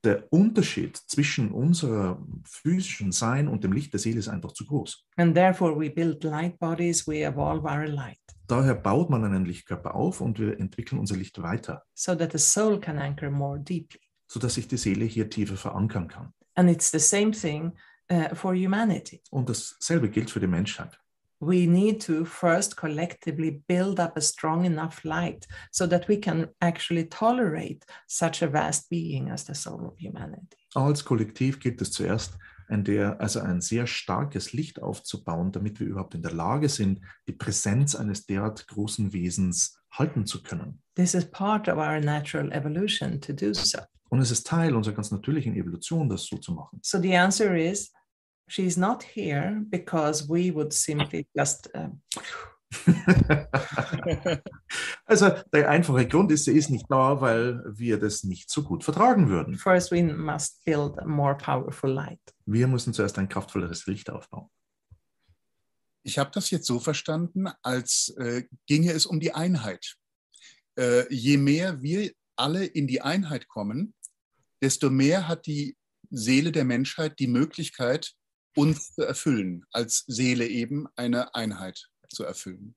Der Unterschied zwischen unserer physischen Sein und dem Licht der Seele ist einfach zu groß.
And therefore, we build light bodies, we evolve our light
Daher baut man einen Lichtkörper auf und wir entwickeln unser Licht weiter,
so that the soul can anchor more deeply.
sodass sich die Seele hier tiefer verankern kann.
And it's the same thing uh, for humanity.
Und dasselbe gilt für die Menschheit.
We need to first collectively build up a strong enough light so that we can actually tolerate such a vast being as the soul of humanity.
Als Kollektiv gilt es zuerst, ein der, also ein sehr starkes Licht aufzubauen, damit wir überhaupt in der Lage sind, die Präsenz eines derart großen Wesens halten zu können.
This is part of our natural evolution to do so.
Und es ist Teil unserer ganz natürlichen Evolution, das so zu machen.
So the answer is she's not here because we would simply just uh,
<laughs> also der einfache Grund ist, sie ist nicht da, weil wir das nicht so gut vertragen würden.
first we must build a more powerful light.
Wir müssen zuerst ein kraftvolleres Licht aufbauen.
Ich habe das jetzt so verstanden, als äh, ginge es um die Einheit. Äh, je mehr wir alle in die Einheit kommen, desto mehr hat die Seele der Menschheit die Möglichkeit, uns zu erfüllen, als Seele eben eine Einheit zu erfüllen.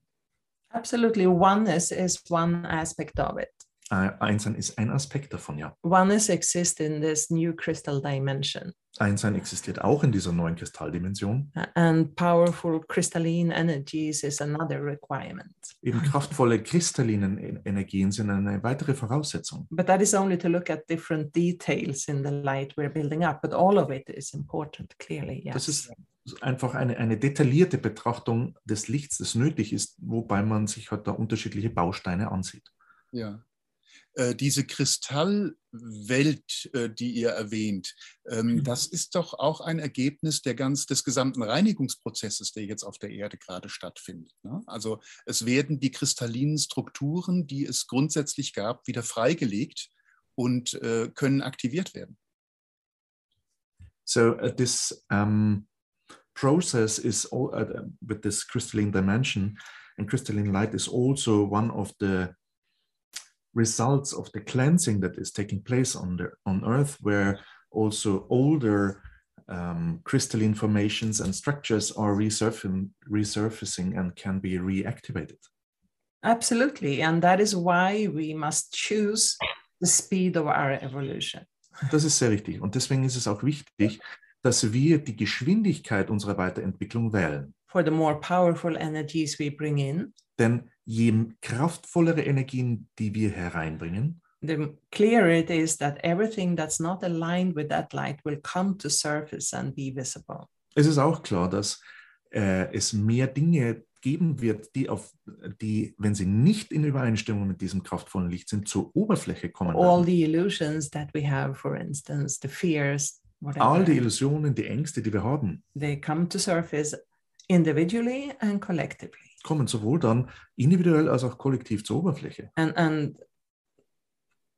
Absolutely, oneness is one aspect of it.
Äh, Einssein ist ein Aspekt davon, ja.
Oneness exists in this new crystal dimension,
Einssein existiert auch in dieser neuen Kristalldimension.
uh, and powerful crystalline energies is another requirement.
Eben kraftvolle kristallinen E- Energien sind eine weitere Voraussetzung.
But that is only to look at different details in the light we're building up, but all of it is important, clearly. Yes.
Das ist einfach eine, eine detaillierte Betrachtung des Lichts, das nötig ist, wobei man sich halt da unterschiedliche Bausteine ansieht.
Ja. Äh, diese Kristallwelt, äh, die ihr erwähnt, ähm,
Mhm.
das ist doch auch ein Ergebnis der ganz, des gesamten Reinigungsprozesses, der jetzt auf der Erde gerade stattfindet. Ne? Also es werden die kristallinen Strukturen, die es grundsätzlich gab, wieder freigelegt und äh, können aktiviert werden.
So uh, this um, process is all, uh, with this crystalline dimension and crystalline light is also one of the results of the cleansing that is taking place on the on Earth, where also older um, crystalline formations and structures are resurfacing, resurfacing and can be reactivated.
Absolutely, and that is why we must choose the speed of our evolution.
Das ist sehr richtig und deswegen ist es auch wichtig, dass wir die Geschwindigkeit unserer Weiterentwicklung wählen.
For the more powerful energies we bring in,
Denn je kraftvollere Energien, die wir hereinbringen,
the clearer it is that everything that's not aligned with that light will come to surface and be visible.
es ist auch klar, dass äh, es mehr Dinge geben wird, die, auf, die, wenn sie nicht in Übereinstimmung mit diesem kraftvollen Licht sind, zur Oberfläche kommen.
All
werden.
the illusions that we have, for instance, the fears,
All
whatever.
die Illusionen, die Ängste, die wir haben,
They come to surface individually and collectively.
kommen sowohl dann individuell als auch kollektiv zur Oberfläche.
And and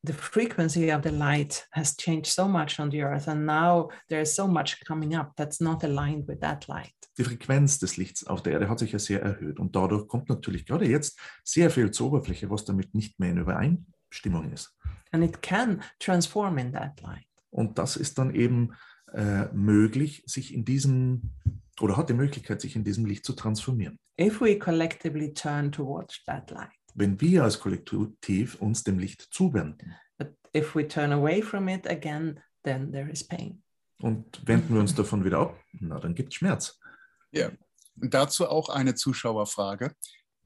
the frequency of the light has changed so much on the earth. And now there is so much coming up that's not aligned with that light.
Die Frequenz des Lichts auf der Erde hat sich ja sehr erhöht und dadurch kommt natürlich gerade jetzt sehr viel zur Oberfläche, was damit nicht mehr in Übereinstimmung ist.
And it can transform in that light.
Und das ist dann eben äh, möglich, sich in diesem oder hat die Möglichkeit, sich in diesem Licht zu transformieren.
If we collectively turn towards that light.
Wenn wir als Kollektiv uns dem Licht zuwenden
But if we turn away from it again, then there is pain.
und wenden wir uns davon wieder ab, na, dann gibt es Schmerz.
Und dazu auch eine Zuschauerfrage.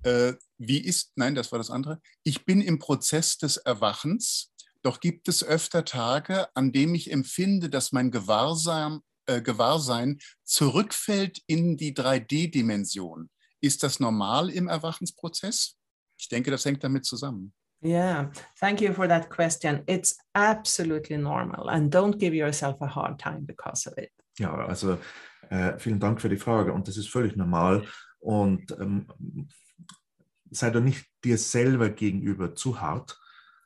Äh, wie ist, nein, das war das andere. Ich bin im Prozess des Erwachens, doch gibt es öfter Tage, an dem ich empfinde, dass mein Gewahrsam, äh, Gewahrsein zurückfällt in die 3D-Dimension. Ist das normal im Erwachensprozess? Ich denke, das hängt damit zusammen.
Yeah, thank you for that question. It's absolutely normal, and don't give yourself a hard time because of it.
Ja, also äh, vielen Dank für die Frage und das ist völlig normal und ähm, sei doch nicht dir selber gegenüber zu hart.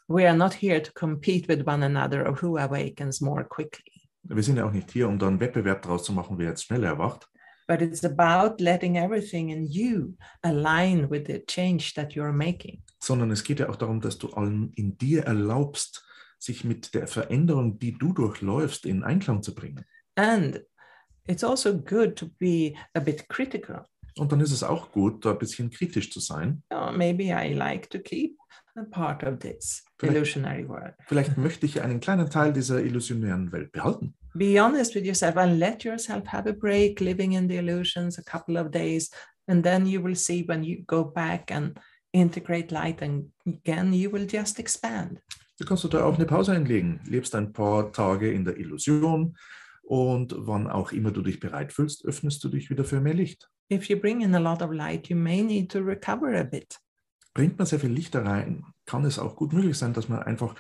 We are not here to compete with one another of who awakens more quickly,
Wir sind ja auch nicht hier, um da einen Wettbewerb draus zu machen, wer jetzt schneller erwacht,
but it's about letting everything in you align with the change that you're making.
sondern es geht ja auch darum, dass du allen in dir erlaubst, sich mit der Veränderung, die du durchläufst, in Einklang zu bringen.
And it's also good to be a bit critical.
Und dann ist es auch gut, da ein bisschen kritisch zu sein.
Oh, maybe I like to keep a part of this
Correct.
illusionary world.
Vielleicht möchte ich einen kleinen Teil dieser illusionären Welt behalten.
be honest with yourself and let yourself have a break living in the illusions a couple of days and then you will see when you go back and integrate light and again you will just expand
Da kannst du da auch eine Pause einlegen. Lebst ein paar Tage in der Illusion und wann auch immer du dich bereit fühlst, öffnest du dich wieder für mehr Licht.
if you bring in a lot of light you may need to recover a bit
Bringt man sehr viel Licht da rein, kann es auch gut möglich sein, dass man einfach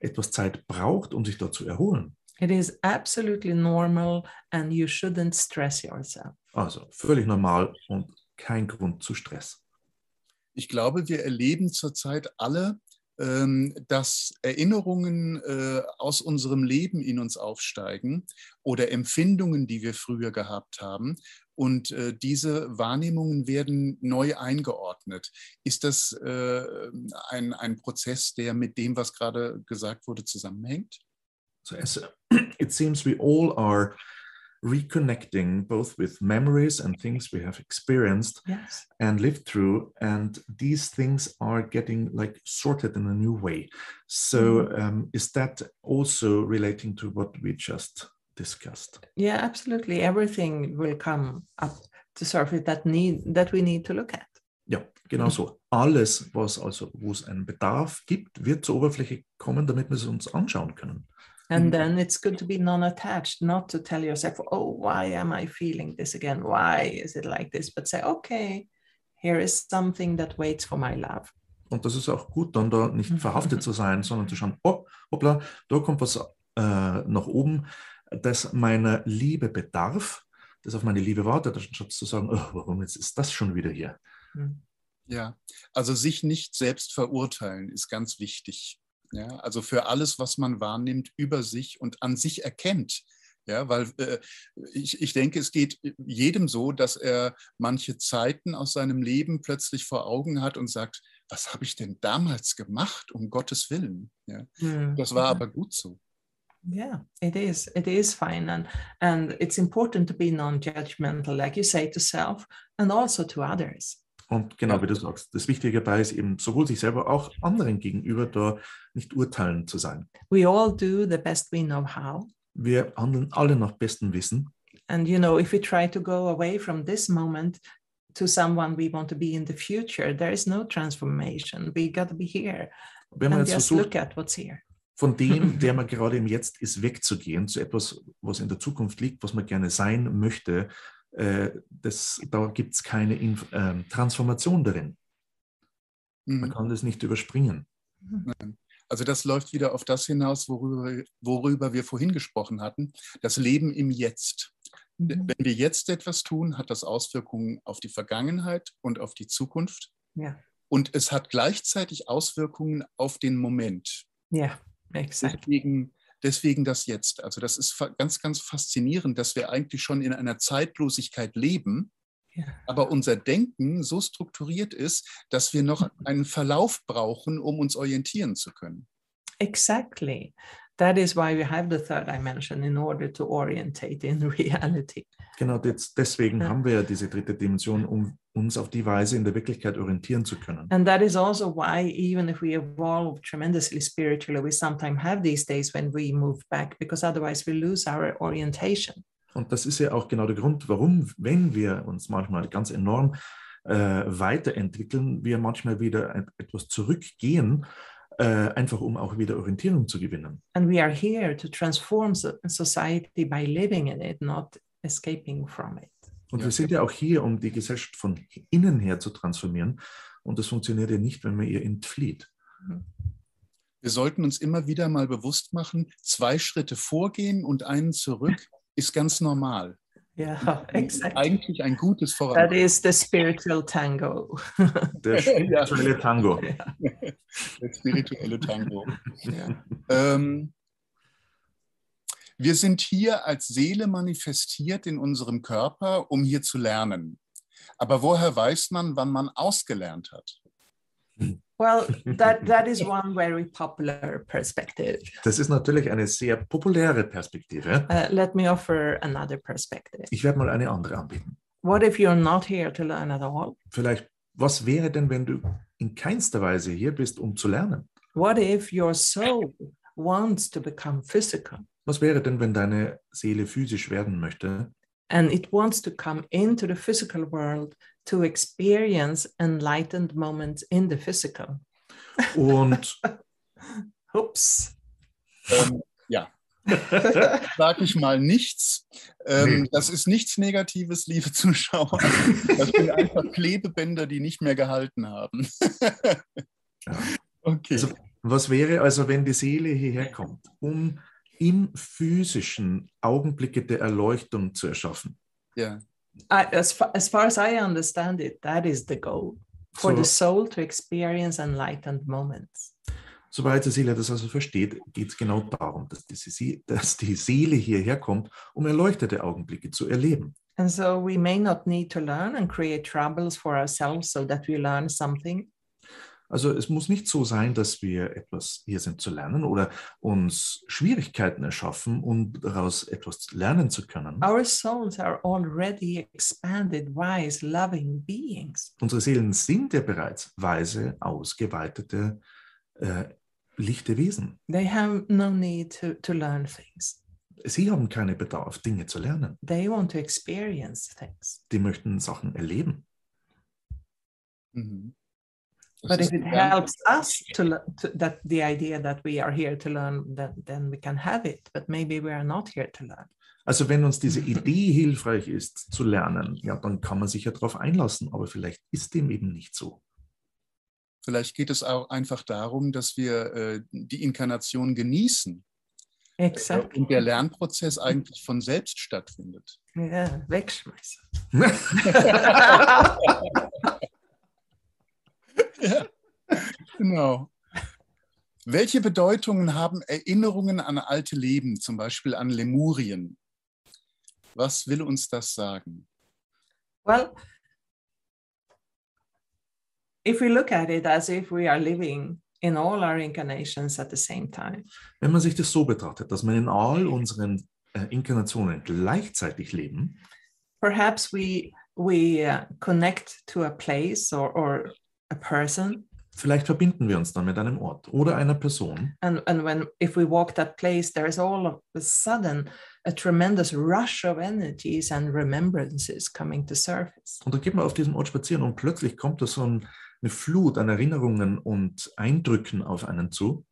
etwas Zeit braucht, um sich da zu erholen.
it is absolutely normal and you shouldn't stress yourself
Also völlig normal und kein Grund zu Stress.
Ich glaube, wir erleben zurzeit alle, ähm, dass Erinnerungen äh, aus unserem Leben in uns aufsteigen oder Empfindungen, die wir früher gehabt haben. Und äh, diese Wahrnehmungen werden neu eingeordnet. Ist das äh, ein, ein Prozess, der mit dem, was gerade gesagt wurde, zusammenhängt?
So as <clears throat> it seems we all are reconnecting both with memories and things we have experienced
yes
and lived through and these things are getting like sorted in a new way so um, is that also relating to what we just discussed
yeah absolutely everything will come up to surface that need that we need to look at
ja genau so alles was also wo es einen Bedarf gibt wird zur Oberfläche kommen damit wir es uns anschauen können
And
Mm.
then it's good to be non attached, not to tell yourself, oh, why am I feeling this again? Why is it like this? But say, okay, here is something that waits for my love.
und das ist auch gut dann da nicht
Mhm.
verhaftet zu sein sondern zu schauen oh hoppla da kommt was äh, nach oben das meiner Liebe bedarf das auf meine Liebe wartet anstatt zu sagen oh, warum jetzt ist das schon wieder hier
Mm.
Ja, also sich nicht selbst verurteilen ist ganz wichtig. Ja, also für alles, was man wahrnimmt, über sich und an sich erkennt. Ja, weil äh, ich, ich denke, es geht jedem so, dass er manche Zeiten aus seinem Leben plötzlich vor Augen hat und sagt, was habe ich denn damals gemacht, um Gottes Willen? Ja,
Mm.
das war aber gut so.
Yeah, it is. It is fine. And, and it's important to be non judgmental, like you say to self and also to others.
Und genau
Ja.
wie du sagst, das Wichtige dabei ist eben sowohl sich selber auch anderen gegenüber da nicht urteilend zu sein.
We all do the best we know how.
Wir handeln alle nach bestem Wissen.
And, you know, if we try to go away from this moment to someone we want to be in the future, there is no transformation. We got to be here
Wenn man
and
jetzt
just
versucht,
look at what's here.
von dem, der man gerade im Jetzt ist, wegzugehen, zu etwas, was in der Zukunft liegt, was man gerne sein möchte, äh, das, da gibt es keine Inf ähm, Transformation darin. Man
Mhm.
kann das nicht überspringen.
Also das läuft wieder auf das hinaus, worüber, worüber wir vorhin gesprochen hatten, das Leben im Jetzt.
Mm-hmm.
Mhm. Wenn wir jetzt etwas tun, hat das Auswirkungen auf die Vergangenheit und auf die Zukunft.
Yeah.
Und es hat gleichzeitig Auswirkungen auf den Moment.
Yeah. Exactly.
Deswegen, deswegen das Jetzt. Also das ist ganz, ganz faszinierend, dass wir eigentlich schon in einer Zeitlosigkeit leben,
Yeah.
aber unser Denken so strukturiert ist, dass wir noch einen Verlauf brauchen, um uns orientieren zu können.
Exactly. That is why we have the third dimension in order to orientate in <laughs> reality.
Genau, des- deswegen
Ja.
haben wir ja diese dritte Dimension, um uns auf die Weise in der Wirklichkeit orientieren zu können.
And that is also why, even if we evolve tremendously spiritually, we sometimes have these days when we move back because otherwise we lose our orientation.
Und das ist ja auch genau der Grund, warum, wenn wir uns manchmal ganz enorm äh, weiterentwickeln, wir manchmal wieder et- etwas zurückgehen, äh, einfach um auch wieder Orientierung zu gewinnen.
And we are here to transform so- society by living in it, not escaping from it.
Und
Ja.
wir sind ja auch hier, um die Gesellschaft von innen her zu transformieren. Und das funktioniert ja nicht, wenn man ihr entflieht.
Wir sollten uns immer wieder mal bewusst machen, zwei Schritte vorgehen und einen zurück ist ganz normal.
<laughs> Yeah, exactly.
Eigentlich ein gutes
That
Voran.
is the spiritual tango.
<laughs>
Der
Ja.
spirituelle Tango.
Der spirituelle Tango.
Yeah.
Ähm, wir sind hier als Seele manifestiert in unserem Körper, um hier zu lernen. Aber woher weiß man, wann man ausgelernt hat?
<laughs> Well, that, that is one very popular perspective.
Das ist natürlich eine sehr populäre Perspektive.
Uh, let me offer another perspective.
Ich werde mal eine andere anbieten.
What if you're not here to learn at all?
Vielleicht, was wäre denn, wenn du in keinster Weise hier bist, um zu lernen?
What if your soul wants to become physical
Was wäre denn, wenn deine Seele physisch werden möchte
and it wants to come into the physical world to experience enlightened moments in the physical?
<laughs>
und
Oops.
Ähm,
<laughs>
Sag ich mal nichts. Ähm,
Nee.
Das ist nichts Negatives, liebe Zuschauer. Das sind einfach Klebebänder, die nicht mehr gehalten
<laughs>
haben. <laughs>
Ja.
Okay.
Also- was wäre also, wenn die Seele hierher kommt, um im physischen Augenblicke der Erleuchtung zu erschaffen?
ja.
I, as, far, as far as I understand it, that is the goal for
So,
the soul to experience enlightened moments.
soweit die Seele das also versteht, geht es genau darum, dass die, Se- dass die Seele hierher kommt, um erleuchtete Augenblicke zu erleben.
And so we may not need to learn and create troubles for ourselves so that we learn something.
Also es muss nicht so sein, dass wir etwas hier sind zu lernen oder uns Schwierigkeiten erschaffen, um daraus etwas lernen zu können.
Our souls are already expanded, wise, loving beings.
Unsere Seelen sind ja bereits weise, ausgeweitete, äh, lichte Wesen.
They have no need to, to learn things.
Sie haben keinen Bedarf, Dinge zu lernen.
They want to experience things.
Die möchten Sachen erleben.
Mhm. Das
But
ist
if it
ein ganz-
helps us to, le- to that the idea that we are here to learn, then, then we can have it. But maybe we are not here to learn.
Also wenn uns diese Idee hilfreich ist zu lernen, ja, dann kann man sich ja darauf einlassen, aber vielleicht ist dem eben nicht so.
Vielleicht geht es auch einfach darum, dass wir äh, die Inkarnation genießen äh,
Exactly.
und der Lernprozess eigentlich von selbst stattfindet.
Yeah, wegschmeißen.
Genau. Welche Bedeutungen haben Erinnerungen an alte Leben, zum Beispiel an Lemurien? Was will uns das sagen?
Well, if we look at it as if we are living in all our incarnations at the same time,
Wenn man sich das so betrachtet, dass man in all unseren äh, Inkarnationen gleichzeitig leben,
perhaps we we uh, connect to a place or or a person,
vielleicht verbinden wir uns dann mit einem Ort oder einer Person.
and and when if we walk that place, there is all of a sudden a tremendous rush of energies and remembrances coming to surface.
Und dann geht man auf diesem Ort spazieren und plötzlich kommt da so ein, eine Flut an Erinnerungen und Eindrücken auf einen zu.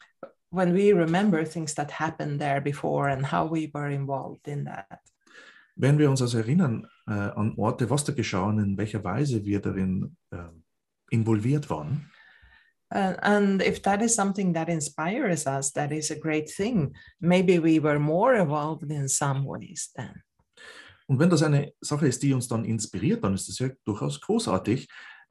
When we remember things that happened there before and how we were involved in that.
Wenn wir uns also erinnern äh, an Orte, was da geschah und in welcher Weise wir darin äh, involviert waren,
Uh, and if that is something that inspires us, that is a great thing. Maybe we were more evolved in some ways then.
Und wenn das eine Sache ist, die uns dann inspiriert, dann ist das ja durchaus großartig.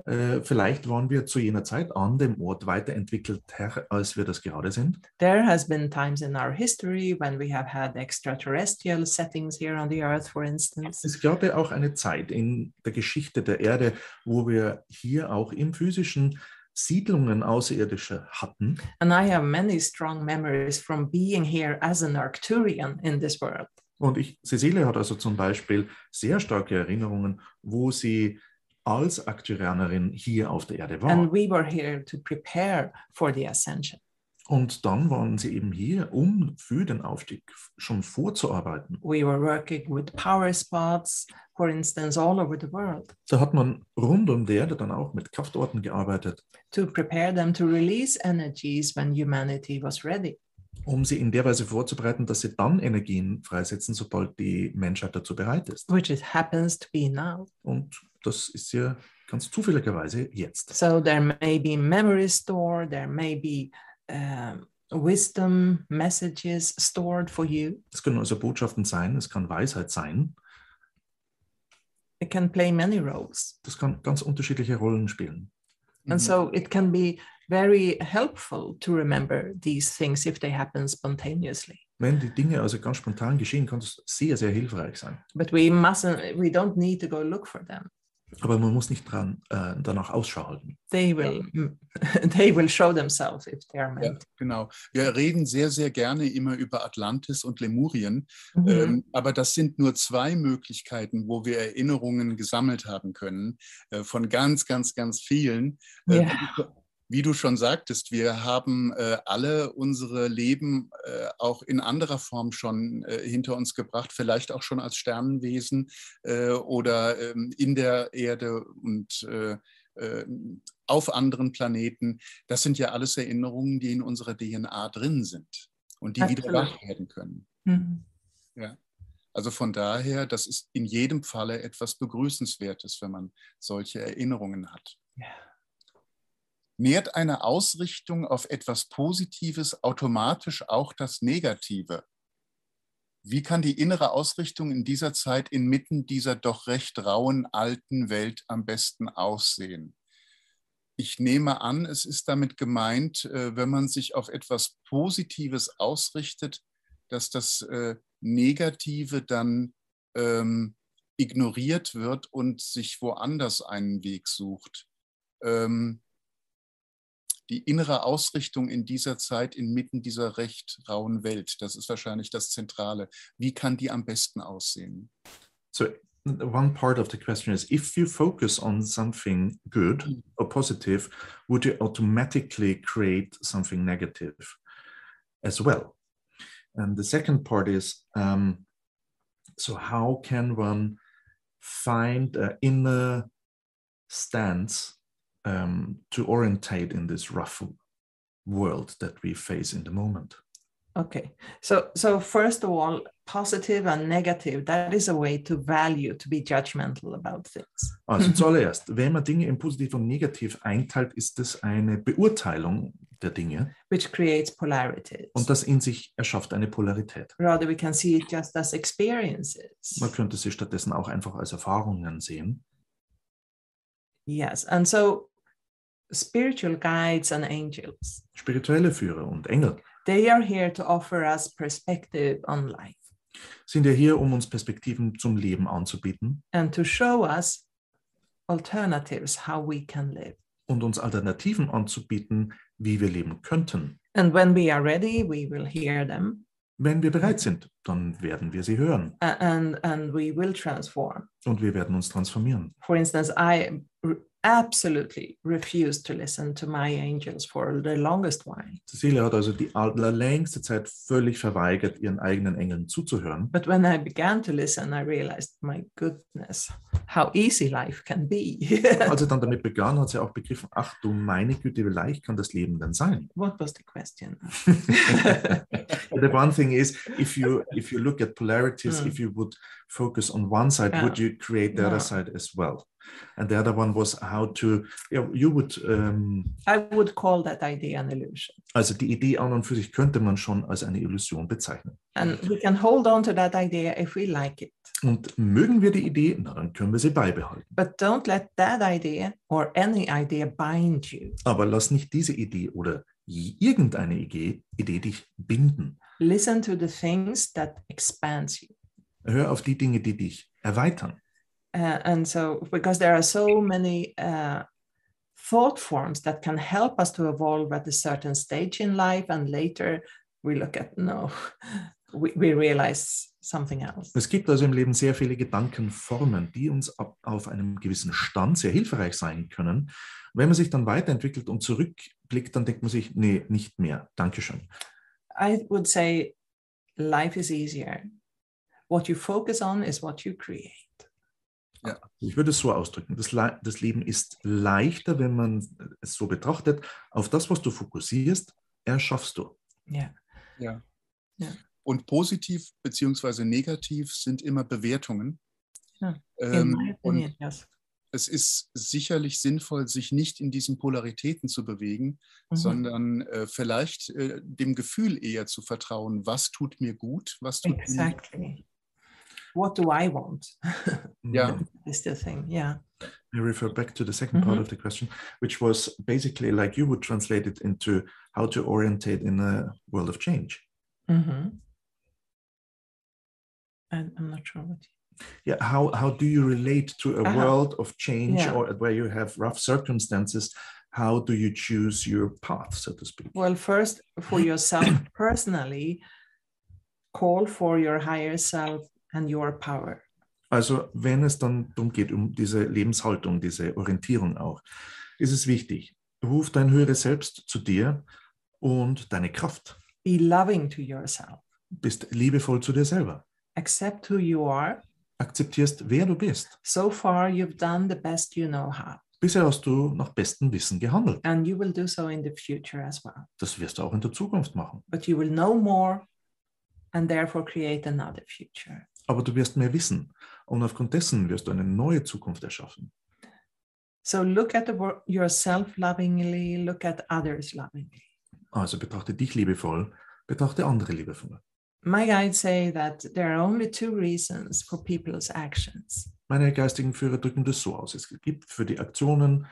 Äh, Vielleicht waren wir zu jener Zeit an dem Ort weiterentwickelter, als wir das gerade sind.
There has been times in our history when we have had extraterrestrial settings here on the earth, for instance.
Es gab ja auch eine Zeit in der Geschichte der Erde, wo wir hier auch im physischen Siedlungen außerirdische hatten.
And I have many strong memories from being here as an Arcturian in this world.
Und ich, Cecilia hat also zum Beispiel sehr starke Erinnerungen, wo sie als Aktuarianerin hier auf der Erde war.
And we were here to prepare for the ascension.
Und dann waren sie eben hier, um für den Aufstieg schon vorzuarbeiten.
We were working with power spots, for instance, all over the world
Da hat man rund um die Erde dann auch mit Kraftorten gearbeitet,
to prepare them to release energies when humanity was ready.
um sie in der Weise vorzubereiten, dass sie dann Energien freisetzen, sobald die Menschheit dazu bereit ist.
which it happens to be now.
Und das ist ja ganz zufälligerweise jetzt.
So there may be memories stored, there may be um, wisdom messages stored for you.
Es können also Botschaften sein, es kann Weisheit sein,
It can play many roles.
das kann ganz unterschiedliche Rollen spielen.
Mhm. Mm-hmm.
And so it can be very helpful to remember these things if they happen spontaneously.
Wenn die Dinge also ganz spontan geschehen, kann das sehr, sehr hilfreich sein.
But we mustn't, we don't need to go look for them.
Aber man muss nicht dran, äh, danach Ausschau halten.
They will, <laughs> they will show themselves if they are meant.
Genau. Wir reden sehr, sehr gerne immer über Atlantis und Lemurien,
Mhm.
ähm, aber das sind nur zwei Möglichkeiten, wo wir Erinnerungen gesammelt haben können, äh, von ganz, ganz, ganz vielen. Äh,
Ja.
wie du- Wie du schon sagtest, wir haben äh, alle unsere Leben äh, auch in anderer Form schon äh, hinter uns gebracht, vielleicht auch schon als Sternenwesen äh, oder ähm, in der Erde und äh, äh, auf anderen Planeten. Das sind ja alles Erinnerungen, die in unserer DNA drin sind und die wieder
Absolut.
wach werden können.
Mhm.
Also von daher, das ist in jedem Falle etwas Begrüßenswertes, wenn man solche Erinnerungen hat.
Ja.
Nährt eine Ausrichtung auf etwas Positives automatisch auch das Negative? Wie kann die innere Ausrichtung in dieser Zeit inmitten dieser doch recht rauen alten Welt am besten aussehen? Ich nehme an, es ist damit gemeint, äh, wenn man sich auf etwas Positives ausrichtet, dass das äh, Negative dann ähm, ignoriert wird und sich woanders einen Weg sucht. Ähm, die innere Ausrichtung in dieser Zeit inmitten dieser recht rauen Welt, das ist wahrscheinlich das Zentrale. Wie kann die am besten aussehen?
So one part of the question is if you focus on something good or positive, would you automatically create something negative as well? And the second part is um, so how can one find an inner stance um, to orientate in this rough world that we face in the moment?
Okay. So so first of all, positive and negative, that is a way to value, to be judgmental about things.
Also
Mhm.
zuallererst, wenn man Dinge in positiv und negativ einteilt, ist das eine Beurteilung der Dinge
which creates polarities.
und das in sich erschafft eine Polarität.
Rather, we can see it just as experiences.
Man könnte sie stattdessen auch einfach als Erfahrungen sehen.
Yes. And so, spiritual guides and angels,
Spirituelle Führer und Engel
they are here to offer us perspective on life
sind ja hier, um uns Perspektiven zum Leben anzubieten
and to show us alternatives, how we can live.
und uns Alternativen anzubieten, wie wir leben könnten.
And when we are ready, we will hear them
Wenn wir bereit sind, dann werden wir sie hören
a- and, and we will transform.
und wir werden uns transformieren.
For instance, I r- absolutely refused to listen to my angels for the longest while.
Cecilia hat also die allerlängste Zeit völlig verweigert, ihren eigenen Engeln zuzuhören.
But when I began to listen, I realized, my goodness, how easy life can be. <laughs>
Als sie dann damit begann, hat sie auch begriffen, ach du meine Güte, wie leicht kann das Leben denn sein?
<laughs> what was the question?
The one thing is, if you if you look at polarities,
Mm.
if you would focus on one side,
Yeah.
would you create the
Yeah.
other side as well? And the other one was how to, yeah, you would, ähm,
I would call that idea an illusion.
also die Idee an und für sich könnte man schon als eine Illusion bezeichnen.
And we can hold on to that idea if we like it.
Und mögen wir die Idee, na dann können wir sie beibehalten.
But don't let that idea or any idea bind you.
Aber lass nicht diese Idee oder j- irgendeine Idee, Idee dich binden.
Listen to the things that expands you.
Hör auf die Dinge, die dich erweitern.
Uh, and so, because there are so many uh, thought forms that can help us to evolve at a certain stage in life, and later we look at no, <laughs> we, we realize something else.
Es gibt also im Leben sehr viele Gedankenformen, die uns ab, auf einem gewissen Stand sehr hilfreich sein können. Wenn man sich dann weiterentwickelt und zurückblickt, dann denkt man sich, nee, nicht mehr. Dankeschön.
I would say life is easier. What you focus on is what you create.
Ich würde es so ausdrücken. Das, Le- das Leben ist leichter, wenn man es so betrachtet. Auf das, was du fokussierst, erschaffst du.
Yeah.
Und positiv beziehungsweise negativ sind immer Bewertungen.
Ja, genau, in my
Ähm, und
opinion, yes.
es ist sicherlich sinnvoll, sich nicht in diesen Polaritäten zu bewegen,
Mhm.
sondern äh, vielleicht äh, dem Gefühl eher zu vertrauen, was tut mir gut, was tut mir nicht.
Exactly. What do I want? <laughs>
Ja.
Is the thing. Yeah.
I refer back to the 2nd part
Mhm.
of the question, which was basically like you would translate it into how to orientate in a world of change.
Mhm. And I'm not sure what.
yeah how how do you relate to a
Uh-huh.
world of change
Yeah.
or where you have rough circumstances how do you choose your path so to speak
Well, first for yourself personally, call for your higher self and your power.
also wenn es dann darum geht um diese lebenshaltung diese orientierung auch ist es wichtig ruf dein höheres selbst zu dir und deine kraft
Be loving to yourself.
bist liebevoll zu dir selber
Accept who you are.
akzeptierst wer du bist
So far, you've done the best you know how,
bisher hast du nach bestem wissen gehandelt
and you will do so in the future as well.
das wirst du auch in der zukunft machen
But you will know more and therefore create another future.
aber du wirst mehr wissen und aufgrund dessen wirst du eine neue zukunft erschaffen
So look at the wor- yourself lovingly, look at others lovingly.
Also betrachte dich liebevoll, betrachte andere liebevoll.
My guides say that there are only two reasons for people's actions.
Meine geistigen Führer drücken das so aus. Es gibt für die Aktionen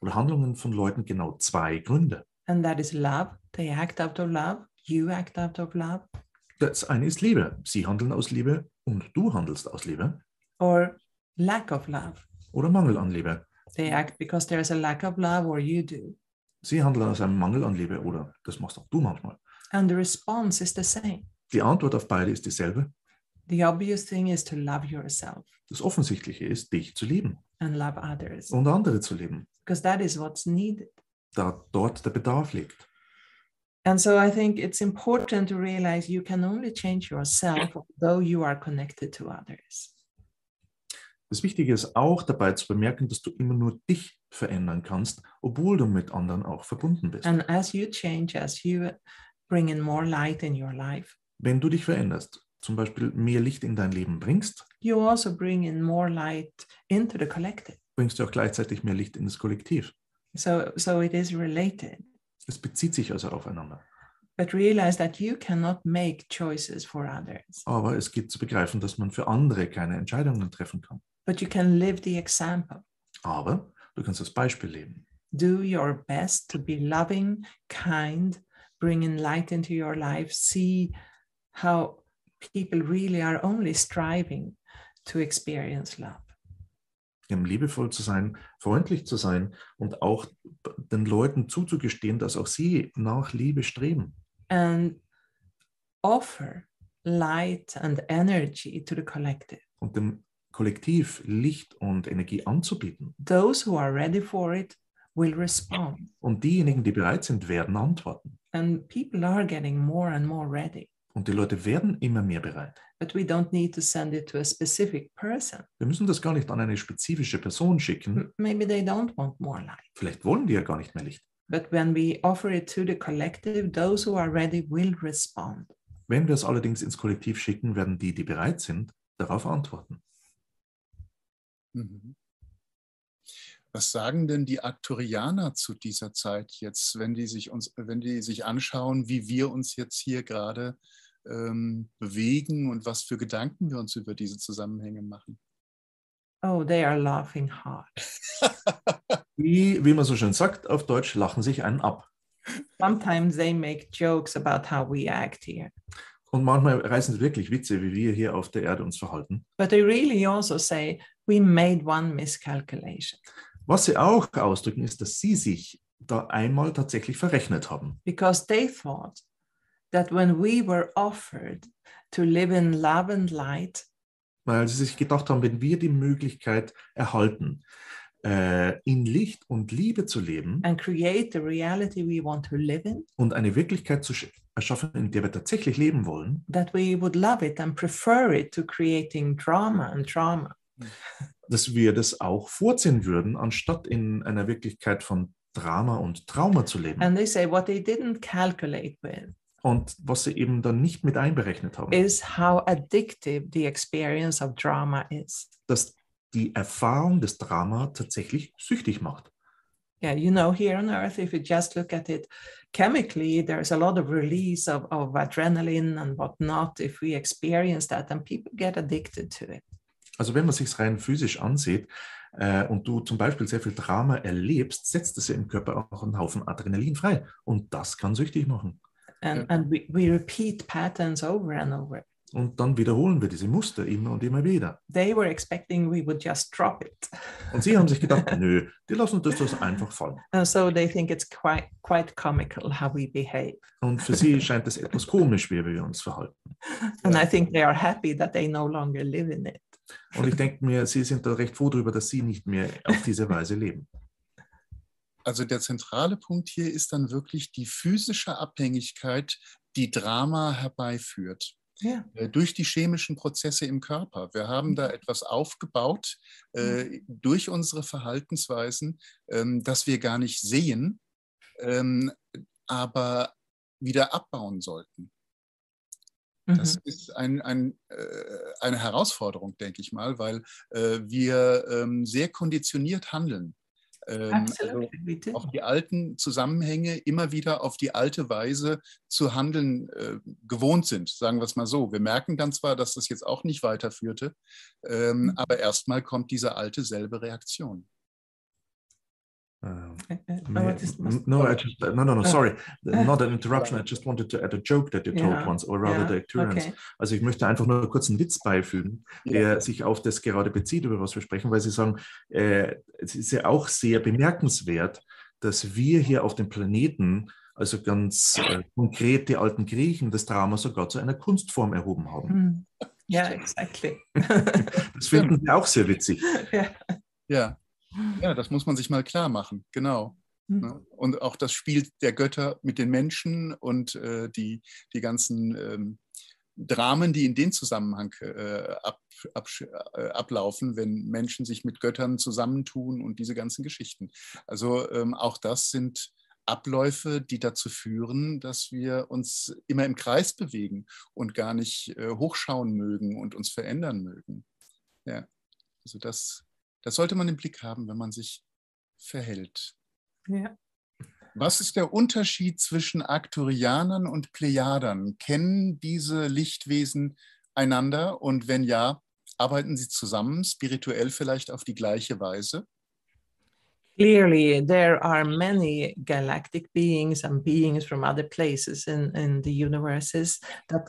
oder Handlungen von Leuten genau zwei Gründe.
and that is love. They act out of love. You act out of love,
Das eine ist Liebe. Sie handeln aus Liebe und du handelst aus Liebe
or lack of love.
oder Mangel an Liebe.
They act because there's a lack of love, or you do.
Sie handeln aus einem Mangel an Liebe oder das machst auch du manchmal.
And the response is the same.
Die Antwort auf beide ist dieselbe.
The obvious thing is to love yourself
Das Offensichtliche ist, dich zu lieben
and love others,
und andere zu lieben,
because that is what's needed.
da dort der Bedarf liegt.
And so I think it's important to realize you can only change yourself, though you are connected to others.
Das Wichtige ist auch dabei zu bemerken, dass du immer nur dich verändern kannst, obwohl du mit anderen auch verbunden bist.
And as you change, as you bring in more light in your life,
Wenn du dich veränderst, zum Beispiel mehr Licht in dein Leben bringst,
you also bring in more light into the collective.
bringst du auch gleichzeitig mehr Licht in das Kollektiv.
So, so it is related.
Es bezieht sich also aufeinander.
But realize that you cannot make choices for others,
Aber es gilt zu begreifen, dass man für andere keine Entscheidungen treffen kann.
but you can live the example.
Aber du kannst das Beispiel leben.
Do your best to be loving, kind, bring in light into your life, see how people really are only striving to experience love.
Eben liebevoll zu sein, freundlich zu sein und auch den Leuten zuzugestehen, dass auch sie nach Liebe streben.
And offer light and energy to the collective.
Und dem Kollektiv Licht und Energie anzubieten.
Those who are ready for it will respond.
Und diejenigen, die bereit sind, werden antworten.
And people are getting more and more ready.
Und die Leute werden immer mehr bereit.
but we don't need to send it to a specific person.
Wir müssen das gar nicht an eine spezifische Person schicken.
M- Maybe they don't want more light.
Vielleicht wollen die ja gar nicht mehr Licht.
But when we offer it to the collective, those who are ready will respond.
Wenn wir es allerdings ins Kollektiv schicken, werden die, die bereit sind, darauf antworten.
Mhm. Was sagen denn die Arcturianer zu dieser Zeit jetzt, wenn die sich, uns, wenn die sich anschauen, wie wir uns jetzt hier gerade ähm, bewegen und was für Gedanken wir uns über diese Zusammenhänge machen?
Oh, they are laughing hard.
Die, wie man so schön sagt, auf Deutsch lachen sich einen ab.
Sometimes they make jokes about how we act here,
Und manchmal reißen sie wirklich Witze, wie wir hier auf der Erde uns verhalten.
but they really also say, we made one miscalculation
Was sie auch ausdrücken, ist, dass sie sich da einmal tatsächlich verrechnet haben.
because they thought that when we were offered to live in love and light,
Weil sie sich gedacht haben, wenn wir die Möglichkeit erhalten, äh, in Licht und Liebe zu leben
and create the reality we want to live in,
und eine Wirklichkeit zu sch- erschaffen, in der wir tatsächlich leben wollen,
that we would love it and prefer it to creating drama and trauma.
dass wir das auch vorziehen würden, anstatt in einer Wirklichkeit von Drama und Trauma zu leben.
And they say what they didn't calculate with
und was sie eben dann nicht mit einberechnet haben,
is how addictive the experience of drama is.
dass die Erfahrung des Drama tatsächlich süchtig macht.
Yeah, you know, here on Earth, if you just look at it chemically, there's a lot of release of, of adrenaline and whatnot if we experience that, and people get addicted to it.
Also wenn man sich rein physisch ansieht äh, und du zum Beispiel sehr viel Drama erlebst, setzt es ja im Körper auch einen Haufen Adrenalin frei und das kann süchtig machen.
And, and we, we repeat patterns over and over.
Und dann wiederholen wir diese Muster immer und immer wieder.
They were expecting we would just drop it.
Und sie haben sich gedacht, nö, die lassen das, das einfach fallen.
And so they think it's quite quite comical how we behave.
Und für sie scheint es etwas komisch, wie wir uns verhalten.
And
Yeah.
I think they are happy that they no longer live in it.
Und ich denke mir, sie sind da recht froh darüber, dass sie nicht mehr auf diese Weise leben.
Also der zentrale Punkt hier ist dann wirklich die physische Abhängigkeit, die Drama herbeiführt.
Ja.
Äh, Durch die chemischen Prozesse im Körper. Wir haben da etwas aufgebaut äh, durch unsere Verhaltensweisen, ähm, das wir gar nicht sehen, ähm, aber wieder abbauen sollten.
Mm-hmm.
Das
Mhm.
ist ein, ein, äh, eine Herausforderung, denke ich mal, weil äh, wir ähm, sehr konditioniert handeln.
um,
Ähm, also-
Absolutely, we do.
auf die alten Zusammenhänge immer wieder auf die alte Weise zu handeln äh, gewohnt sind, sagen wir es mal so. Wir merken dann zwar, dass das jetzt auch nicht weiterführte, ähm,
Mhm.
aber erstmal kommt diese alte selbe Reaktion.
Ähm,
Uh, uh,
May-
what is-
n- No, I just no, no, no.
Ah.
Sorry, not an interruption. I
Right.
just wanted to add a joke that you told
Yeah.
once, or rather
Yeah,
the Arcturians.
okay.
Also ich möchte einfach nur kurz einen Witz beifügen, der sich auf das gerade bezieht, über was wir sprechen, weil Sie sagen, äh, es ist ja auch sehr bemerkenswert, dass wir hier auf dem Planeten, also ganz äh, konkret die alten Griechen, das Drama sogar zu einer Kunstform erhoben haben.
Mm. Yeah, exactly.
Das finden wir auch sehr witzig.
yeah.
Ja. ja, das muss man sich mal klar machen, genau.
Mm. Mhm.
Ne? Und auch das Spiel der Götter mit den Menschen und äh, die, die ganzen ähm, Dramen, die in den Zusammenhang äh, ab, absch- äh, ablaufen, wenn Menschen sich mit Göttern zusammentun und diese ganzen Geschichten. Also ähm, auch das sind Abläufe, die dazu führen, dass wir uns immer im Kreis bewegen und gar nicht äh, hochschauen mögen und uns verändern mögen. Ja, also das, das sollte man im Blick haben, wenn man sich verhält.
Yeah.
Was ist der Unterschied zwischen Arcturianern und Plejadern? Kennen diese Lichtwesen einander? Und wenn ja, arbeiten sie zusammen, spirituell vielleicht auf die gleiche Weise?
Clearly, there are many galactic beings and beings from other places in, in the universes that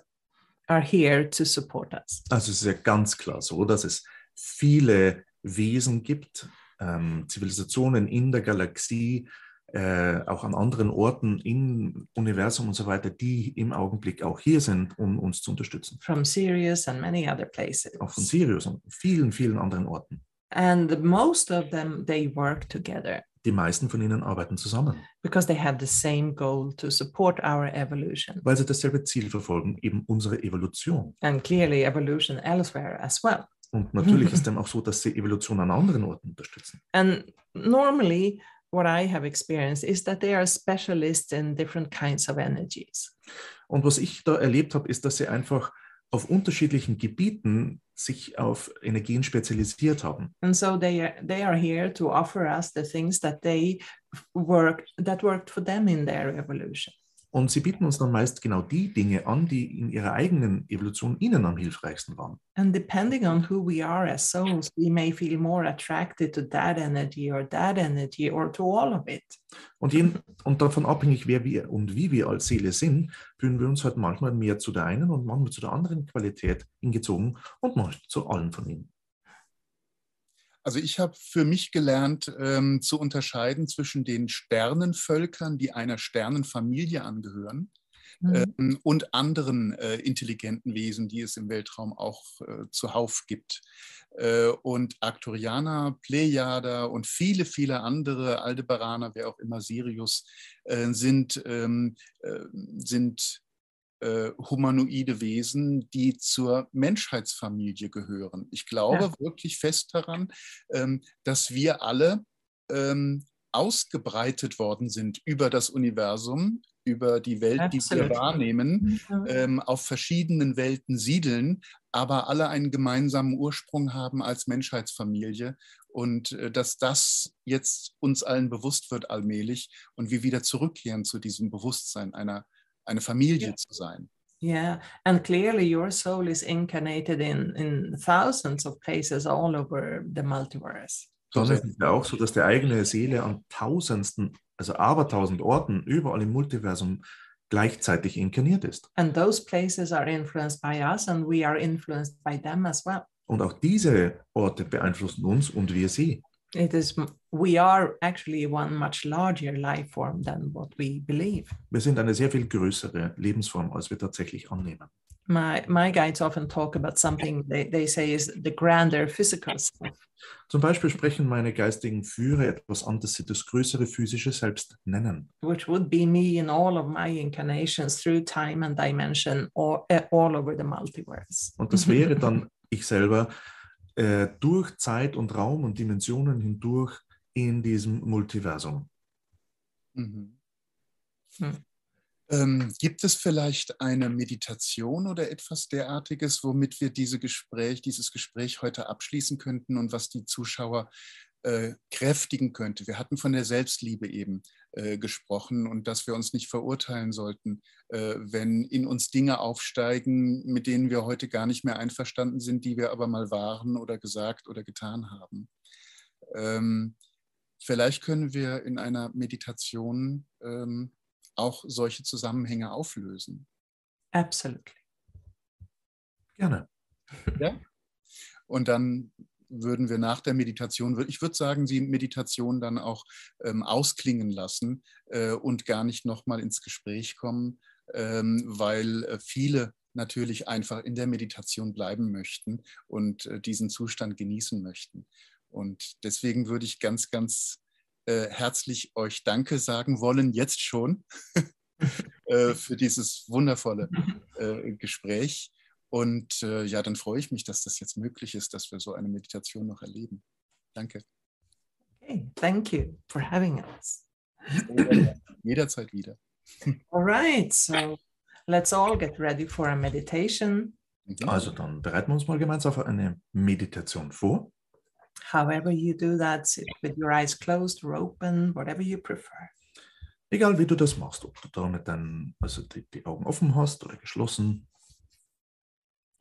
are here to support us.
Also es ist ja ganz klar so, dass es viele Wesen gibt, ähm, Zivilisationen in der Galaxie, äh, auch an anderen Orten im Universum und so weiter, die im Augenblick auch hier sind, um uns zu unterstützen.
From Sirius and many other places.
Auch von Sirius und vielen, vielen anderen Orten.
And most of them, they work together
Die meisten von ihnen arbeiten zusammen,
because they have the same goal to support our evolution
weil sie dasselbe Ziel verfolgen, eben unsere Evolution.
and clearly evolution elsewhere as well.
Und natürlich ist dann auch so, dass sie Evolution an anderen Orten unterstützen.
And normally, what I have experienced is that they are specialists in different kinds of energies.
Und was ich da erlebt habe, ist, dass sie einfach auf unterschiedlichen Gebieten sich auf Energien spezialisiert haben.
And so they are, they are here to offer us the things that they work that worked for them in their evolution.
Und sie bieten uns dann meist genau die Dinge an, die in ihrer eigenen Evolution ihnen am hilfreichsten waren.
And depending on who we are as souls, we may feel more attracted to that energy or that energy or to all of it.
Und, je, und davon abhängig, wer wir und wie wir als Seele sind, fühlen wir uns halt manchmal mehr zu der einen und manchmal zu der anderen Qualität hingezogen und manchmal zu allen von ihnen.
Also ich habe für mich gelernt ähm, zu unterscheiden zwischen den Sternenvölkern, die einer Sternenfamilie angehören,
Mhm.
ähm, und anderen äh, intelligenten Wesen, die es im Weltraum auch äh, zuhauf gibt. Äh, und Arcturianer, Plejader und viele, viele andere, Aldebaraner, wer auch immer, Sirius, äh, sind, ähm, äh, sind äh, humanoide Wesen, die zur Menschheitsfamilie gehören. Ich glaube wirklich fest daran, ähm, dass wir alle ähm, ausgebreitet worden sind über das Universum, über die Welt, die
Absolut.
wir wahrnehmen
Mm-hmm.
ähm, auf verschiedenen Welten siedeln, aber alle einen gemeinsamen Ursprung haben als Menschheitsfamilie und äh, dass das jetzt uns allen bewusst wird allmählich und wir wieder zurückkehren zu diesem Bewusstsein einer eine Familie
Ja.
zu sein.
Yeah, and clearly your soul is incarnated in in thousands of places all over the multiverse.
Dann ist es ja auch so, dass die eigene Seele an tausendsten, also abertausend Orten überall im Multiversum gleichzeitig inkarniert ist.
And those places are influenced by us and we are influenced by them as well.
Und auch diese Orte beeinflussen uns und wir sie.
It is we are actually one much larger life form than what we believe.
Wir sind eine sehr viel größere Lebensform, als wir tatsächlich annehmen.
My my guides often talk about something they, they say is the grander physical self.
Zum Beispiel sprechen meine geistigen Führer etwas an, das sie das größere physische Selbst nennen.
which would be me in all of my incarnations through time and dimension or, eh, all over the multiverse.
Und das wäre dann ich selber äh, durch Zeit und Raum und Dimensionen hindurch in diesem Multiversum.
Mhm.
Hm.
Ähm, gibt es vielleicht eine Meditation oder etwas derartiges, womit wir diese Gespräch, dieses Gespräch heute abschließen könnten und was die Zuschauer äh, kräftigen könnte? Wir hatten von der Selbstliebe eben äh, gesprochen und dass wir uns nicht verurteilen sollten, äh, wenn in uns Dinge aufsteigen, mit denen wir heute gar nicht mehr einverstanden sind, die wir aber mal waren oder gesagt oder getan haben. Ähm, vielleicht können wir in einer Meditation ähm, auch solche Zusammenhänge auflösen.
<laughs> Absolutely.
Gerne.
Und dann würden wir nach der Meditation, wür- ich würde sagen, die Meditation dann auch ähm, ausklingen lassen äh, und gar nicht nochmal ins Gespräch kommen, ähm, weil äh, viele natürlich einfach in der Meditation bleiben möchten und äh, diesen Zustand genießen möchten. Und deswegen würde ich ganz, ganz äh, herzlich euch Danke sagen wollen, jetzt schon, <laughs> äh, für dieses wundervolle äh, Gespräch. Und äh, ja, dann freue ich mich, dass das jetzt möglich ist, dass wir so eine Meditation noch erleben. Danke.
Okay. Thank you for having us.
Jederzeit wieder.
All right. So let's all get ready for a meditation,
Mhm.
Also dann bereiten wir uns mal gemeinsam auf eine Meditation vor.
however you do that, sit with your eyes closed or open, whatever you prefer.
Egal wie du das machst, ob du damit dann also die, die Augen offen hast oder geschlossen.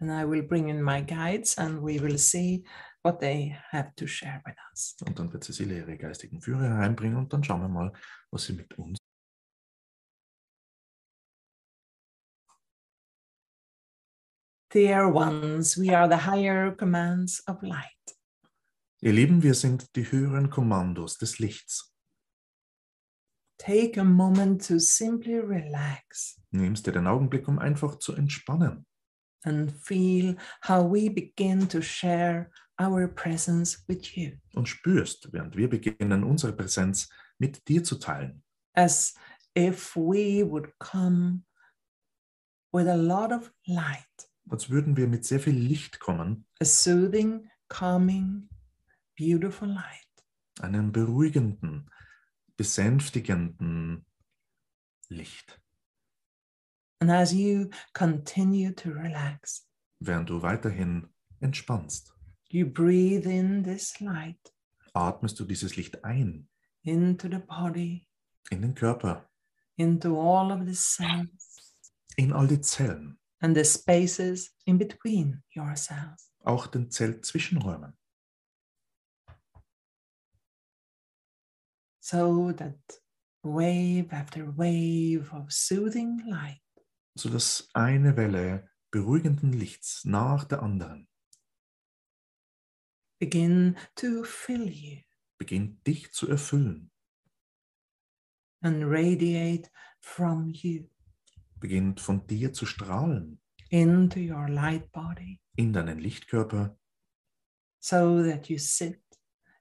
And I will bring in my guides and we will see what they have to share with us.
Und dann wird Cecilia ihre geistigen Führer hereinbringen und dann schauen wir mal, was sie mit uns.
Dear ones, we are the higher commands of light.
Ihr Lieben, wir sind die höheren Kommandos des Lichts.
Take a moment to simply relax.
Nimmst dir den Augenblick, um einfach zu entspannen
and feel how we begin to share our presence with you
und spürst, während wir beginnen, unsere Präsenz mit dir zu teilen.
as if we would come with a lot of light,
Als würden wir mit sehr viel Licht kommen,
a soothing, calming, beautiful light.
einem beruhigenden, besänftigenden Licht.
And as you continue to relax,
während du weiterhin entspannst.
You breathe in this light
Atmest du dieses Licht ein
into the body,
in den Körper,
into all of the cells
in all die Zellen,
and the spaces in between your cells.
auch den Zellzwischenräumen,
So that wave after wave of soothing light
sodass eine Welle beruhigenden Lichts nach der anderen
begin to fill you
beginnt, dich zu erfüllen,
and radiate from you
beginnt von dir zu strahlen
into your light body
in deinen Lichtkörper,
so that you sit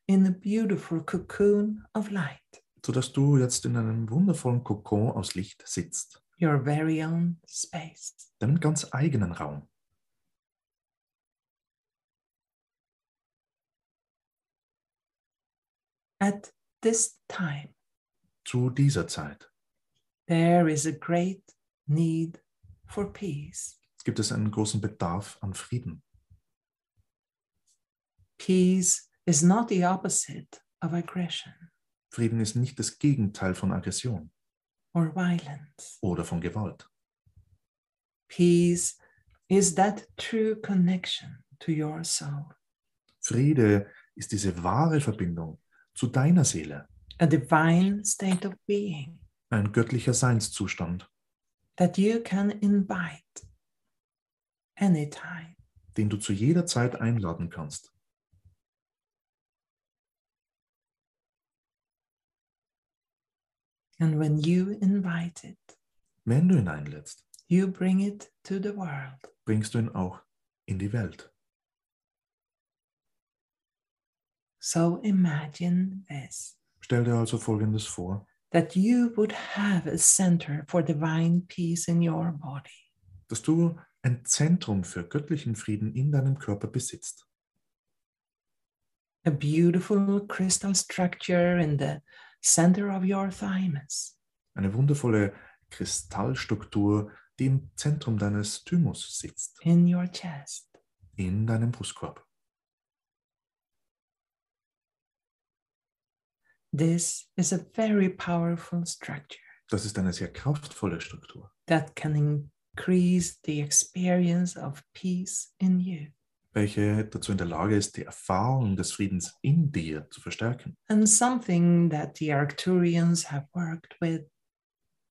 in a beautiful cocoon of light,
sodass du jetzt in einem wundervollen Kokon aus Licht sitzt,
your very own space.
deinem ganz eigenen Raum.
At this time,
Zu dieser Zeit
there is a great need for peace.
gibt es einen großen Bedarf an Frieden.
Peace is not the opposite of aggression
Frieden ist nicht das Gegenteil von Aggression
or violence.
oder von Gewalt.
Peace is that true connection to your soul,
Friede ist diese wahre Verbindung zu deiner Seele,
a divine state of being
ein göttlicher Seinszustand,
that you can invite anytime.
den du zu jeder Zeit einladen kannst.
And when you invite it,
Wenn du ihn einlädst,
you bring it to the world.
bringst du ihn auch in die Welt.
So imagine this
Stell dir also Folgendes vor,
that you would have a center for divine peace in your body.
dass du ein Zentrum für göttlichen Frieden in deinem Körper besitzt.
a beautiful crystal structure in the center of your thymus,
Eine wundervolle Kristallstruktur, die im Zentrum deines Thymus sitzt,
in your chest.
in deinem Brustkorb.
This is a very powerful structure
Das ist eine sehr kraftvolle Struktur,
that can increase the experience of peace in you
welche dazu in der Lage ist, die Erfahrung des Friedens in dir zu verstärken.
and something that the Arcturians have worked with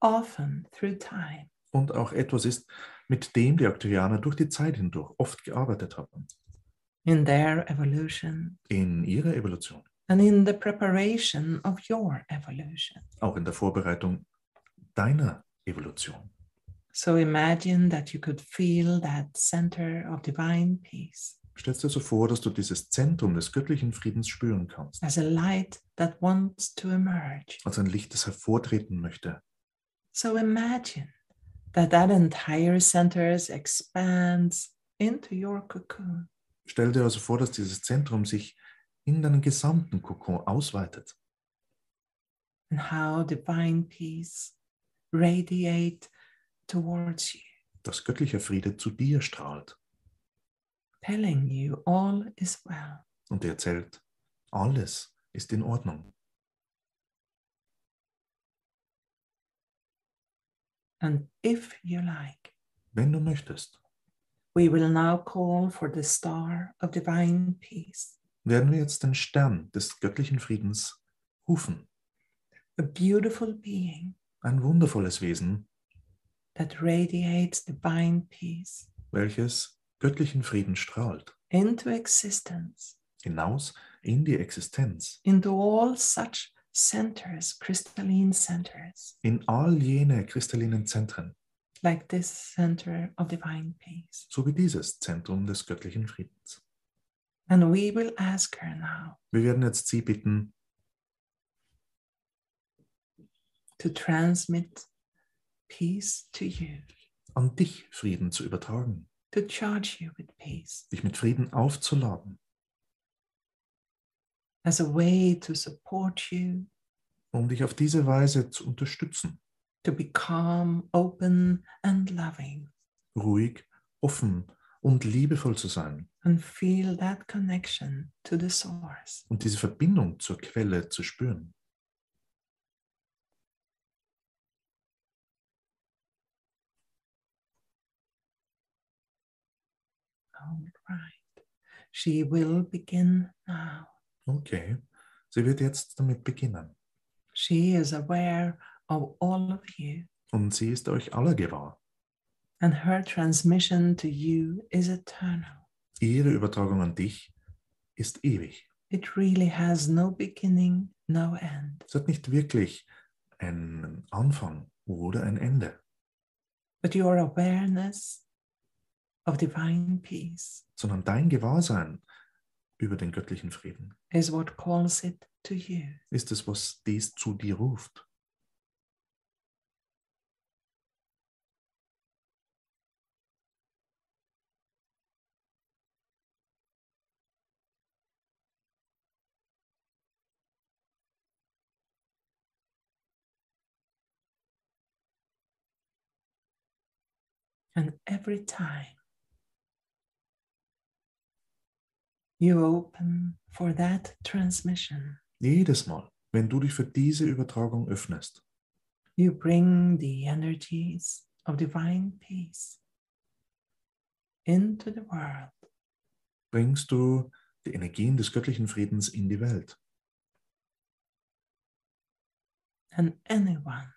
often through time.
Und auch etwas ist, mit dem die Aktorianer durch die Zeit hindurch oft gearbeitet haben,
In their evolution
in ihrer Evolution,
and in the preparation of your evolution.
auch in der Vorbereitung deiner Evolution.
So imagine that you could feel that center of divine peace.
Stellst dir so vor, dass du dieses Zentrum des göttlichen Friedens spüren kannst,
as a light that wants to emerge.
als ein Licht, das hervortreten möchte.
So imagine that that entire center expands into your cocoon,
Stell dir also vor, dass dieses Zentrum sich in deinen gesamten Kokon ausweitet
and how divine peace radiate towards you,
dass göttlicher Friede zu dir strahlt
telling you all is well.
und dir erzählt, alles ist in Ordnung.
And if you like,
Wenn du möchtest,
we will now call for the star of divine peace,
werden wir jetzt den Stern des göttlichen Friedens rufen.
a beautiful being
Ein wundervolles Wesen,
that radiates divine peace
welches göttlichen Frieden strahlt,
into existence
hinaus in die Existenz,
into all such centers, crystalline centers,
in all jene kristallinen Zentren,
like this center of divine peace.
so wie dieses Zentrum des göttlichen Friedens.
And we will ask her now
Wir werden jetzt Sie bitten,
to transmit peace to you,
an dich Frieden zu übertragen,
to charge you with peace
dich mit Frieden aufzuladen,
as a way to support you,
um dich auf diese Weise zu unterstützen,
to be calm, open, and loving,
ruhig, offen und liebevoll zu sein
and feel that connection to the source.
und diese Verbindung zur Quelle zu spüren.
All right. She will begin now.
Okay, sie wird jetzt damit beginnen.
She is aware of all of you,
Und sie ist euch aller gewahr.
and her transmission to you is eternal.
Ihre Übertragung an dich ist ewig.
It really has no beginning, no end.
Es hat nicht wirklich einen Anfang oder ein Ende,
But your awareness of divine peace
sondern dein Gewahrsein über den göttlichen Frieden
is what calls it to you.
ist es, was dies zu dir ruft.
And every time you open for that transmission,
Jedes Mal, wenn du dich für diese Übertragung öffnest,
you bring the energies of divine peace into the world
bringst du die Energien des göttlichen Friedens in die Welt.
and anyone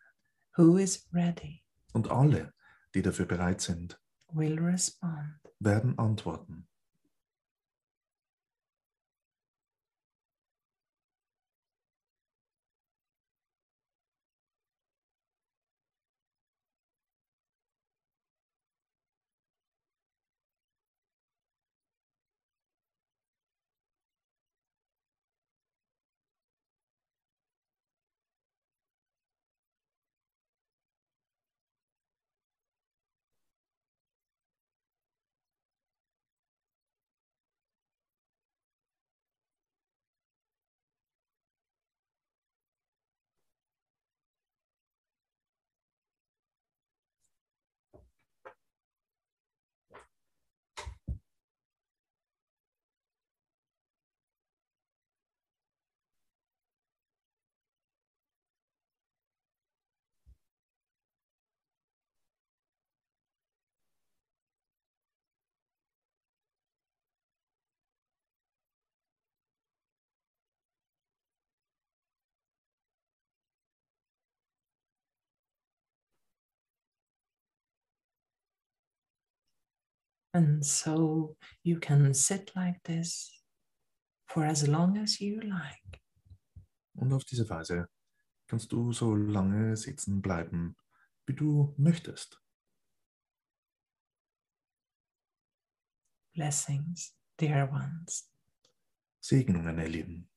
who is ready
Und alle, die dafür bereit sind,
will respond.
werden antworten.
And so you can sit like this for as long as you like
Und auf diese Weise kannst du so lange sitzen bleiben, wie du möchtest.
blessings, dear ones.
Segnungen erleben.